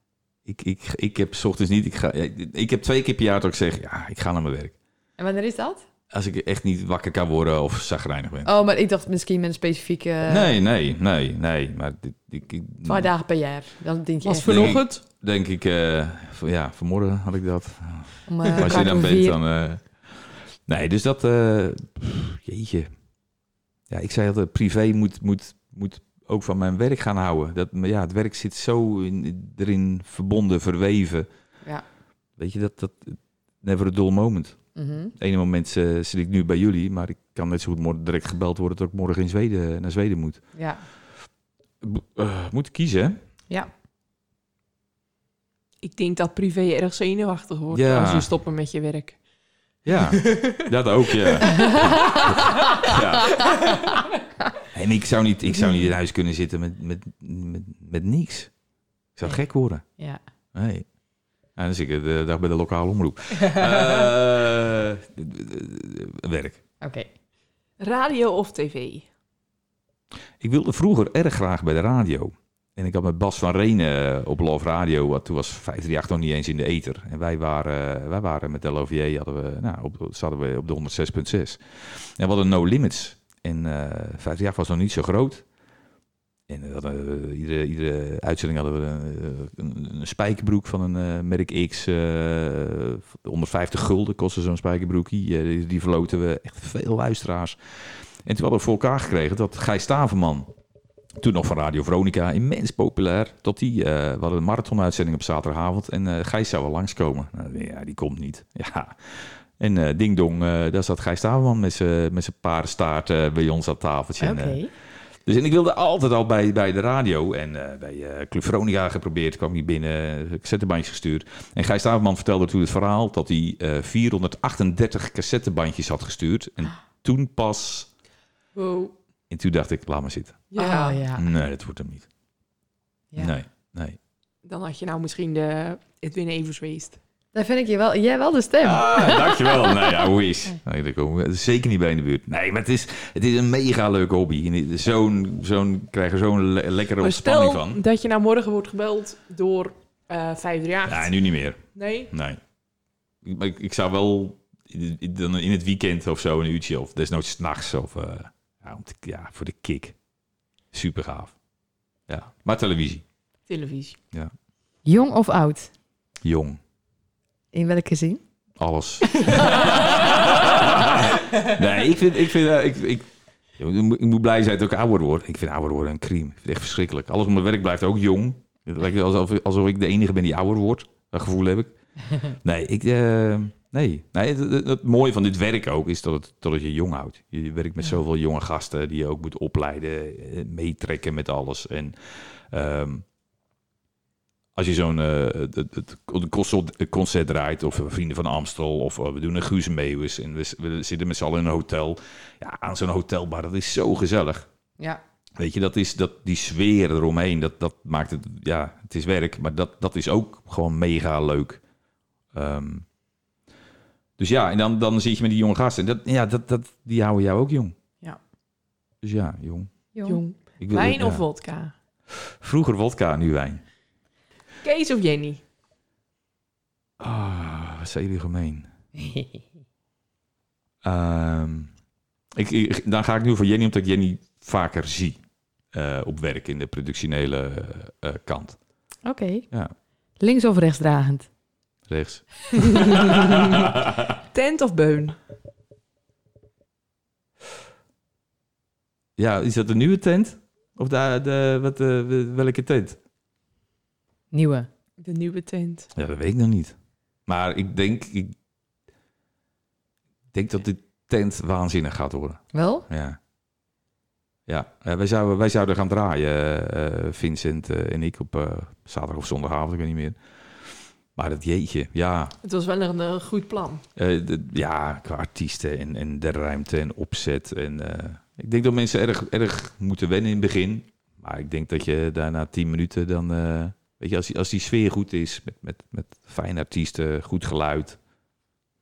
S3: Ik, ik, ik heb 's ochtends niet. Ik, ga, ik heb twee keer per jaar dat ik zeg: ja, ik ga naar mijn werk.
S2: En wanneer is dat?
S3: Als ik echt niet wakker kan worden of zagrijnig ben.
S2: Oh, maar ik dacht misschien met een specifieke... eh,
S3: nee, nee, nee, nee. Maar dit, ik, ik
S2: Twee dagen per jaar. Dan denk je
S4: Was
S2: echt...
S3: voor-
S4: vanochtend.
S3: denk ik, eh, van, ja, vanmorgen had ik dat.
S2: Om, eh,
S3: Als je
S2: kwart
S3: dan
S2: voor
S3: bent,
S2: vier.
S3: dan. eh, nee, dus dat. eh, pff, jeetje. Ja, ik zei altijd: privé moet, moet, moet ook van mijn werk gaan houden. Dat, maar ja, het werk zit zo in, erin verbonden, verweven.
S2: Ja.
S3: Weet je, dat. dat never a dull moment.
S2: Mhm.
S3: Het ene moment eh, zit ik nu bij jullie, maar ik kan net zo goed morgen direct gebeld worden dat ik morgen in Zweden, eh, naar Zweden moet.
S2: Ja.
S3: B- eh, moet kiezen, hè?
S1: Ik denk dat privé erg zenuwachtig wordt
S3: Ja.
S1: als je stoppen met je werk.
S3: Ja, [laughs]
S4: [laughs]
S3: dat ook, ja. ja. En ik zou, niet, ik zou niet in huis kunnen zitten met, met, met, met niks. Ik zou gek worden.
S2: Ja.
S3: Nee. Ja, dan zit ik eh, de dag bij de lokale omroep. Eh, d- d- d- werk.
S2: Oké.
S1: Radio of tv?
S3: Ik wilde vroeger erg graag bij de radio. En ik had met Bas van Renen eh, op Love Radio, wat toen was 538 nog niet eens in de ether. En wij waren, eh, wij waren met LOVJ, hadden we, nou, op, zaten we op de 106.6. En we hadden No Limits. En eh 538 was nog niet zo groot. En we hadden, eh, iedere, iedere uitzending hadden we een, eh, een, een spijkerbroek van een eh, merk X. eh 150 gulden kostte zo'n spijkerbroekie. Eh, die, die verloten we. Echt veel luisteraars. En toen hadden we voor elkaar gekregen dat Gijs Staverman, toen nog van Radio Veronica, immens populair, dat die, eh, we hadden een marathonuitzending op zaterdagavond en eh, Gijs zou wel langskomen. Nou, ja, die komt niet. [laughs] Ja. En eh, ding dong, eh, daar zat Gijs Staverman met zijn met zijn paardenstaart eh, bij ons aan het tafeltje.
S2: Oké.
S3: En, eh, dus en ik wilde altijd al bij, bij de radio en eh, bij eh Club Veronica geprobeerd. kwam niet binnen, cassettebandjes gestuurd. En Gijs Staverman vertelde toen het verhaal dat hij eh, 438 cassettebandjes had gestuurd. En toen pas...
S4: Wow.
S3: En toen dacht ik, laat maar zitten.
S4: Ja.
S1: Ah,
S2: Oh, ja.
S3: Nee, dat wordt hem niet.
S2: ja.
S3: Nee, nee.
S1: Dan had je nou misschien de Edwin Evers geweest.
S2: Daar vind ik je wel, jij wel de stem.
S3: Ah, dankjewel. nee, ja, hoe is? Nee, daar komen we zeker niet bij in de buurt. Nee, maar het is, het is een mega leuke hobby. En het- Zo'n, zo'n, krijg er zo'n le- lekkere
S1: Maar
S3: ontspanning
S1: stel
S3: van.
S1: dat je nou morgen wordt gebeld door eh 538.
S3: Ja, nu niet meer.
S1: Nee?
S3: Nee. Ik, maar ik, ik zou wel in, in- dan in het weekend of zo een uurtje of desnoods 's nachts of eh, ja, om te- ja, voor de kick. Super gaaf. Ja, maar televisie.
S1: Televisie.
S2: Jong of oud?
S3: Jong.
S2: In welke zin?
S3: Alles. [laughs] nee, ik vind... Ik vind eh, ik, ik, ik moet- ik moet blij zijn dat ik ouder word. Ik vind ouder worden een crime. Ik vind het echt verschrikkelijk. Alles op mijn werk blijft ook jong. Het lijkt alsof, alsof ik de enige ben die ouder wordt. Dat gevoel heb ik. Nee, ik, eh, nee. nee het, het- het mooie van dit werk ook is dat het, dat het je jong houdt. Je werkt met zoveel jonge gasten die je ook moet opleiden, eh, meetrekken met alles. En ehm, als je zo'n eh, het, het- het concert- het concert draait, of eh, Vrienden van Amstel, of eh, we doen een Guus Meeuwis en we, s- we zitten met z'n allen in een hotel. Ja, aan zo'n hotelbar, dat is zo gezellig.
S2: Ja.
S3: Weet je, dat is dat, die sfeer eromheen, dat, dat maakt het, ja, het is werk, maar dat, dat is ook gewoon mega leuk. Ehm, dus ja, en dan, dan zit je met die jonge gasten. En dat, ja, dat, dat, die houden jou ook jong.
S1: Ja.
S3: Dus ja, jong.
S2: Jong.
S1: Jong.
S3: Ik wil-
S1: Wijn
S3: ja.
S1: of vodka?
S3: Vroeger wodka, nu wijn.
S1: Kees of Jenny?
S3: Ah, wat zijn jullie gemeen. Ehm, ik, ik- dan ga ik nu voor Jenny, omdat ik Jenny vaker zie eh, op werk in de productionele eh, eh, kant.
S2: [laughs] Oké.
S3: Ja.
S2: Links of rechtsdragend?
S3: Rechts.
S1: Tent of beun?
S3: Ja, is dat de nieuwe tent? Of de, de, wat, eh, welke tent?
S2: Nieuwe.
S1: De nieuwe tent.
S3: Ja, dat weet ik nog niet. Maar ik denk, ik denk dat dit tent waanzinnig gaat worden.
S2: Wel?
S3: Ja. Ja, eh, wij zouden, wij zouden gaan draaien, eh, Vincent eh, en ik, op eh, zaterdag of zondagavond, ik weet niet meer. Maar dat jeetje, ja.
S1: Het was wel een eh, goed plan.
S3: Eh, d- ja, qua artiesten en, en de ruimte en opzet. En, eh, ik denk dat mensen erg, erg moeten wennen in het begin. Maar ik denk dat je daarna tien minuten dan... eh, weet je, als die, als die sfeer goed is, met, met, met fijne artiesten, goed geluid,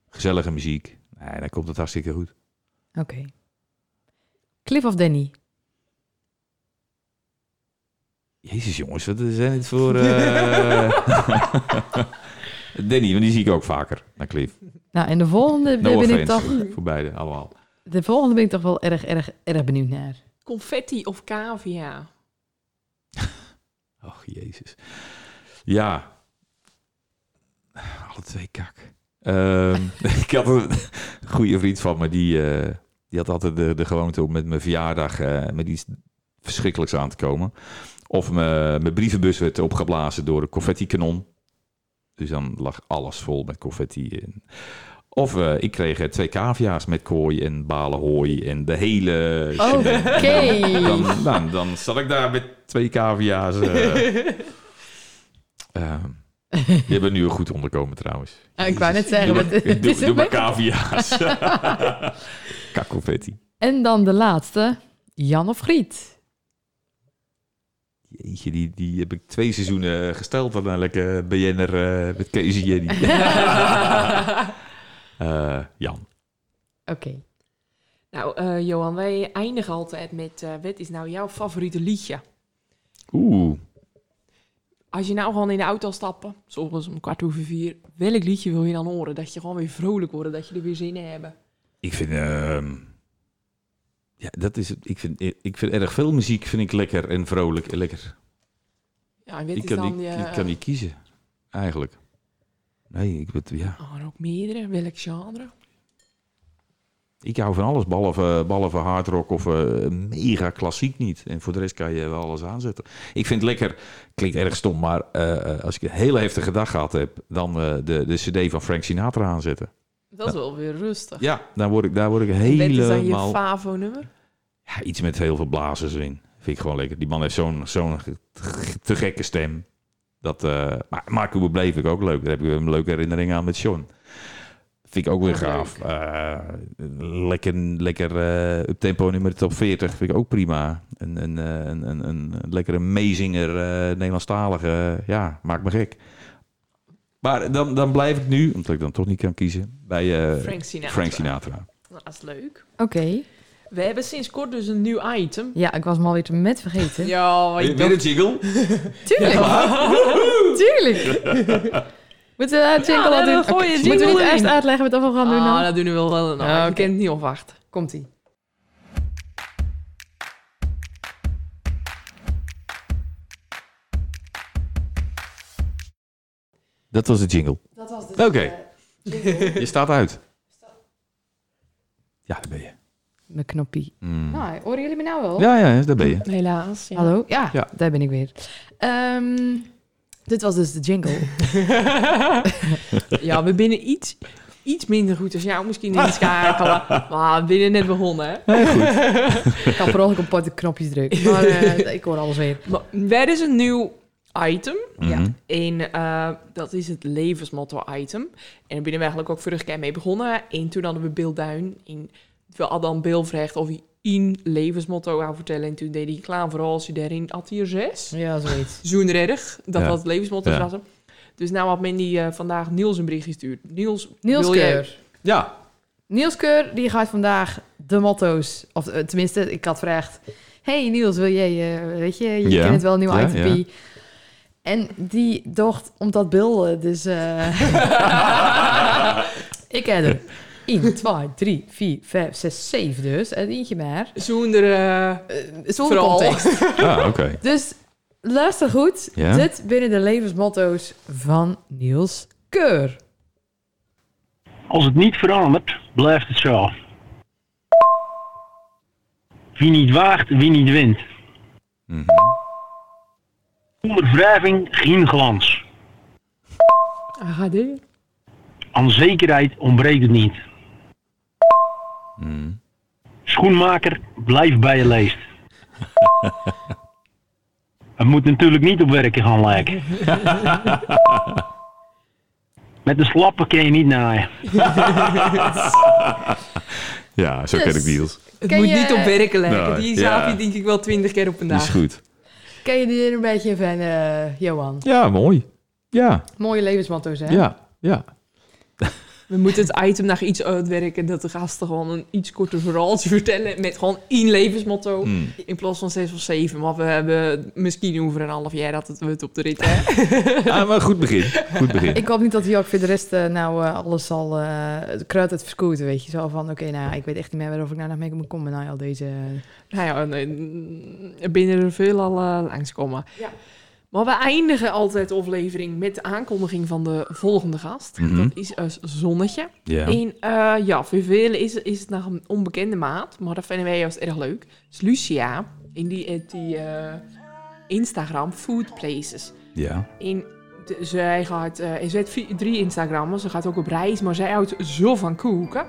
S3: gezellige muziek. Nee, dan komt het hartstikke goed.
S2: Oké. Cliff of Danny?
S3: Jezus jongens, wat zijn dit voor... eh Danny, want die zie ik ook vaker naar Cliff.
S2: Nou, en de volgende
S3: No
S2: ben ik
S3: offense
S2: toch...
S3: voor beide, allemaal.
S2: De volgende ben ik toch wel erg, erg, erg benieuwd [laughs] naar.
S1: Confetti of
S3: [laughs]
S1: cavia?
S3: Och, jezus. Ja. Alle twee kak. Ehm, [laughs] ik had een goede vriend van me, die, eh, die had altijd de, de gewoonte om met mijn verjaardag eh, met iets verschrikkelijks aan te komen. Of me- mijn brievenbus werd opgeblazen door een confetti-kanon. Dus dan lag alles vol met confetti. En- Of eh, ik kreeg eh, twee cavia's met kooi en balen hooi en de hele... shebang.
S2: Oké.
S3: Dan, dan, dan zat ik daar met twee cavia's. eh. Ehm, je hebt er nu een goed onderkomen trouwens.
S2: Ah, ik wou net zeggen,
S3: Doe
S2: want
S3: maar-
S2: het
S3: doe-
S2: is
S3: doe
S2: een
S3: maar
S2: beetje-
S3: [laughs] cavia's. Kakkelfetti.
S2: En dan de laatste. Jan of Griet?
S3: Jeetje, die, die heb ik twee seizoenen eh, gesteld aan elke BN'er eh, met Kees en
S2: [laughs]
S3: Jenny. Eh, Jan.
S2: Oké.
S1: [laughs] Nou, eh, Johan, wij eindigen altijd met... eh, wat is nou jouw favoriete liedje?
S3: Oeh.
S1: Als je nou gewoon in de auto al stappen, s'ochtends om kwart over vier... Welk liedje wil je dan horen? Dat je gewoon weer vrolijk wordt, dat je er weer zin in hebt.
S3: Ik vind, ehm, ja, dat is, het. ik, vind, eh, ik vind erg veel muziek vind ik lekker en vrolijk en lekker.
S1: Ja, en wat
S3: Ik
S1: is
S3: kan,
S1: dan
S3: niet,
S1: je...
S3: ik kan niet
S2: eh,
S3: kiezen, eigenlijk. Nee, ik, weet- ja.
S1: Oh, maar ook meerdere. Welk genre?
S3: ik hou van alles, behalve, behalve hard rock of eh, mega klassiek niet. En voor de rest kan je wel alles aanzetten. Ik vind het lekker, klinkt erg stom, maar eh, eh, als ik een hele heftige dag gehad heb, dan eh, de, de cd van Frank Sinatra aanzetten.
S1: Dat is wel weer rustig.
S3: Ja, daar word ik, daar word ik
S1: Wat is dan je
S3: helemaal...
S1: favo-nummer?
S3: Ja, iets met heel veel blazers in. Vind ik gewoon lekker. Die man heeft zo'n zo'n ge- te- te gekke stem. Dat, eh, maar Marco Bublé vind ik ook leuk. Daar heb ik een leuke herinnering aan met Sean. Vind ik ook weer
S1: Oh,
S3: gaaf. Eh, lekker lekker eh, up-tempo nummer top 40 vind ik ook prima. Een, een, eh, een, een, een lekkere meezinger, eh Nederlandstalige. eh, ja, maakt me gek. Maar dan, dan blijf ik nu, omdat ik dan toch niet kan kiezen, bij eh, Frank,
S1: Frank Sinatra.
S3: Sinatra.
S1: Nou, dat is leuk.
S2: Oké.
S1: We hebben sinds kort dus een nieuw item.
S2: Ja, ik was hem alweer te met vergeten.
S1: Ja,
S3: Weer- weer een jingle?
S2: Tuurlijk.
S1: [laughs]
S2: Tuurlijk. Moeten we het jingle
S1: Ja,
S2: al
S1: dan
S2: doen?
S1: gooi je
S2: Oké,
S1: jingle
S2: Moeten we niet
S1: in.
S2: eerst uitleggen wat we gaan doen dan?
S1: Ah, dat doen we wel. wel nou,
S2: Ah,
S1: ik
S2: oké.
S1: kan het niet opwachten.
S2: Komt-ie.
S3: Dat was de jingle.
S2: Dat was dus...
S3: Oké. Je staat uit. Ja, daar ben je.
S2: Mijn knoppie.
S3: Mm.
S2: Nou, horen jullie me nou wel?
S3: Ja, ja, daar ben je.
S1: Helaas. Ja.
S2: Hallo? Ja,
S3: Ja.
S2: daar ben ik weer. Ehm, dit was dus de jingle.
S1: [laughs]
S2: [laughs]
S1: ja, we binnen iets, iets minder goed als jou misschien
S3: [laughs]
S1: in schakelen. Maar we binnen net begonnen, hè?
S2: ik had per ongeluk op de knopjes [laughs] drukken. Maar eh, ik hoor alles weer.
S1: Maar er is een nieuw item.
S2: Ja.
S3: Mhm.
S1: En eh, dat is het levensmotto-item. En daar ben ik eigenlijk ook vorige keer mee begonnen. En toen hadden we Bill Duin. En we hadden dan Bill gevraagd of hij één levensmotto wou vertellen. En toen deed hij klaar voor als hij daarin had hier zes.
S2: Ja, zoiets.
S1: Zoen erg, dat
S3: Ja.
S1: was het levensmotto.
S3: Ja.
S1: was hem. Dus nou had men die eh, vandaag Niels een bericht gestuurd. Niels,
S2: Niels
S1: wil [laughs] jij-
S2: Keur.
S3: Ja.
S2: Niels Keur, die gaat vandaag de motto's... Of eh, tenminste, ik had gevraagd... Hey Niels, wil jij... eh, weet je, je
S3: Ja.
S2: kent het wel, een nieuw
S3: Ja,
S2: ITP. En die dacht, omdat beelden, dus... eh, [laughs] ik heb er 1, 2, 3, 4, 5, 6, 7 dus. En eentje maar.
S1: Zonder... eh,
S2: Eh, Zonder
S1: Vooral.
S2: context.
S3: Ah, oké.
S2: Dus luister goed.
S3: Ja.
S2: Dit binnen de levensmotto's van Niels Keur.
S5: Als het niet verandert, blijft het zo. Wie niet waagt, wie niet wint.
S3: Mhm.
S5: Zonder wrijving geen glans.
S6: AHD.
S5: Aan zekerheid ontbreekt het niet.
S3: Mm.
S5: Schoenmaker, blijf bij je leest. Het moet natuurlijk niet op werken gaan lijken. Met de slappe kun je niet naaien.
S3: Ja, zo
S2: Dus,
S3: ken ik Niels.
S1: het
S2: Ken
S1: moet
S2: je-
S1: niet op werken lijken.
S3: Nee,
S1: die
S3: ja.
S1: zaap je denk ik wel twintig keer op een
S3: Die is
S1: dag.
S3: goed.
S2: Ken je die er een beetje van, eh, Johan?
S3: Ja, mooi. Ja,
S2: Mooie levensmotto's, hè?
S3: ja, ja.
S1: We moeten het item nog iets uitwerken. Dat de gasten gewoon een iets korter verhaaltje vertellen. Met gewoon één levensmotto.
S3: Mm.
S1: In plaats van zes of zeven. Maar we hebben misschien over een half jaar dat het, we het op de rit hebben.
S3: [laughs] Ah, maar goed begin. Goed begin.
S2: Ik hoop niet dat hij ook voor de rest eh, nou eh, alles al eh, het kruid uit verskoten, weet je. Zo van, oké, nou, ik weet echt niet meer waarover ik nou nog mee moet komen na al deze...
S1: Nou ja, nee, mm, er binnen er veel al eh, langskomen. Maar we eindigen altijd de aflevering met de aankondiging van de volgende gast.
S3: Mhm.
S1: Dat is als Zonnetje.
S3: Ja.
S1: En eh, ja, voor velen is, is het nog een onbekende maat, maar dat vinden wij juist erg leuk. Het is Lucia, in die, heeft die eh, Instagram Food Places.
S3: Ja.
S1: En de- zij gaat, eh, en ze heeft vi- drie Instagrammers, ze gaat ook op reis, maar zij houdt zo van koeken.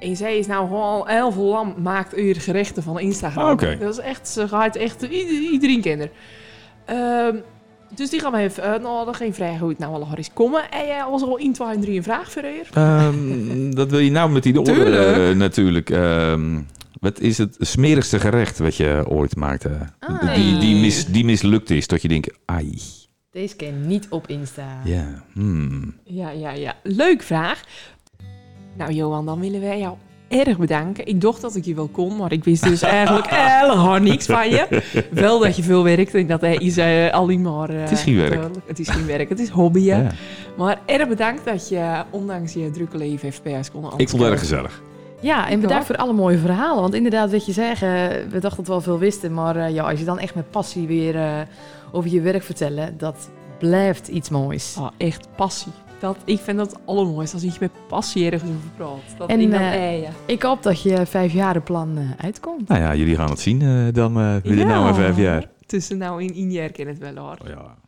S1: En zij is nou gewoon al heel veel lam maakt uur gerechten van Instagram.
S3: Ah, oké.
S1: Dat is echt, ze gaat echt ieder- iedereen kennen. Ehm, dus die gaan we even uitnodigen en vragen hoe het nou allemaal is komen. En jij was al in 2 en 3 een vraag voor haar.
S3: Ehm, dat wil je nou met die orde
S1: Tuurlijk.
S3: eh, natuurlijk. Ehm, wat is het smerigste gerecht wat je ooit maakte?
S2: Ah.
S3: Die, die, mis, die mislukt is, dat je denkt, ai.
S2: Deze ken niet op Insta.
S3: Ja. hmm.
S1: Ja, ja, ja. Leuk vraag. Nou, Johan, dan willen wij jou erg bedanken. Ik dacht dat ik je wel kon, maar ik wist dus
S3: [laughs]
S1: eigenlijk helemaal niks van je. Wel dat je veel werkt en dat hij is eh, alleen maar... eh,
S3: Het is geen werk.
S1: duidelijk. Het is geen werk, het is hobbyen.
S3: Ja.
S1: Maar erg bedankt dat je, ondanks je drukke leven, even bij ons kon
S3: Ik vond het erg gezellig.
S2: Ja, en
S1: Ik
S2: bedankt
S1: ook.
S2: voor alle mooie verhalen. Want inderdaad, wat je zeggen, we dachten dat we al veel wisten. Maar eh, ja, als je dan echt met passie weer eh, over je werk vertellen, dat blijft iets moois.
S1: Oh, echt passie. Dat, ik vind dat het allermooiste als je met passie ergens over praat. Dat
S2: En,
S1: iemand,
S2: eh,
S1: eh, ja.
S2: Ik hoop dat je vijfjarenplan eh, uitkomt.
S3: Nou ja, jullie gaan het zien eh, dan eh binnen
S1: Ja.
S3: nou en vijf jaar.
S1: Tussen nou en in jaar ken het wel hoor.
S3: Ja.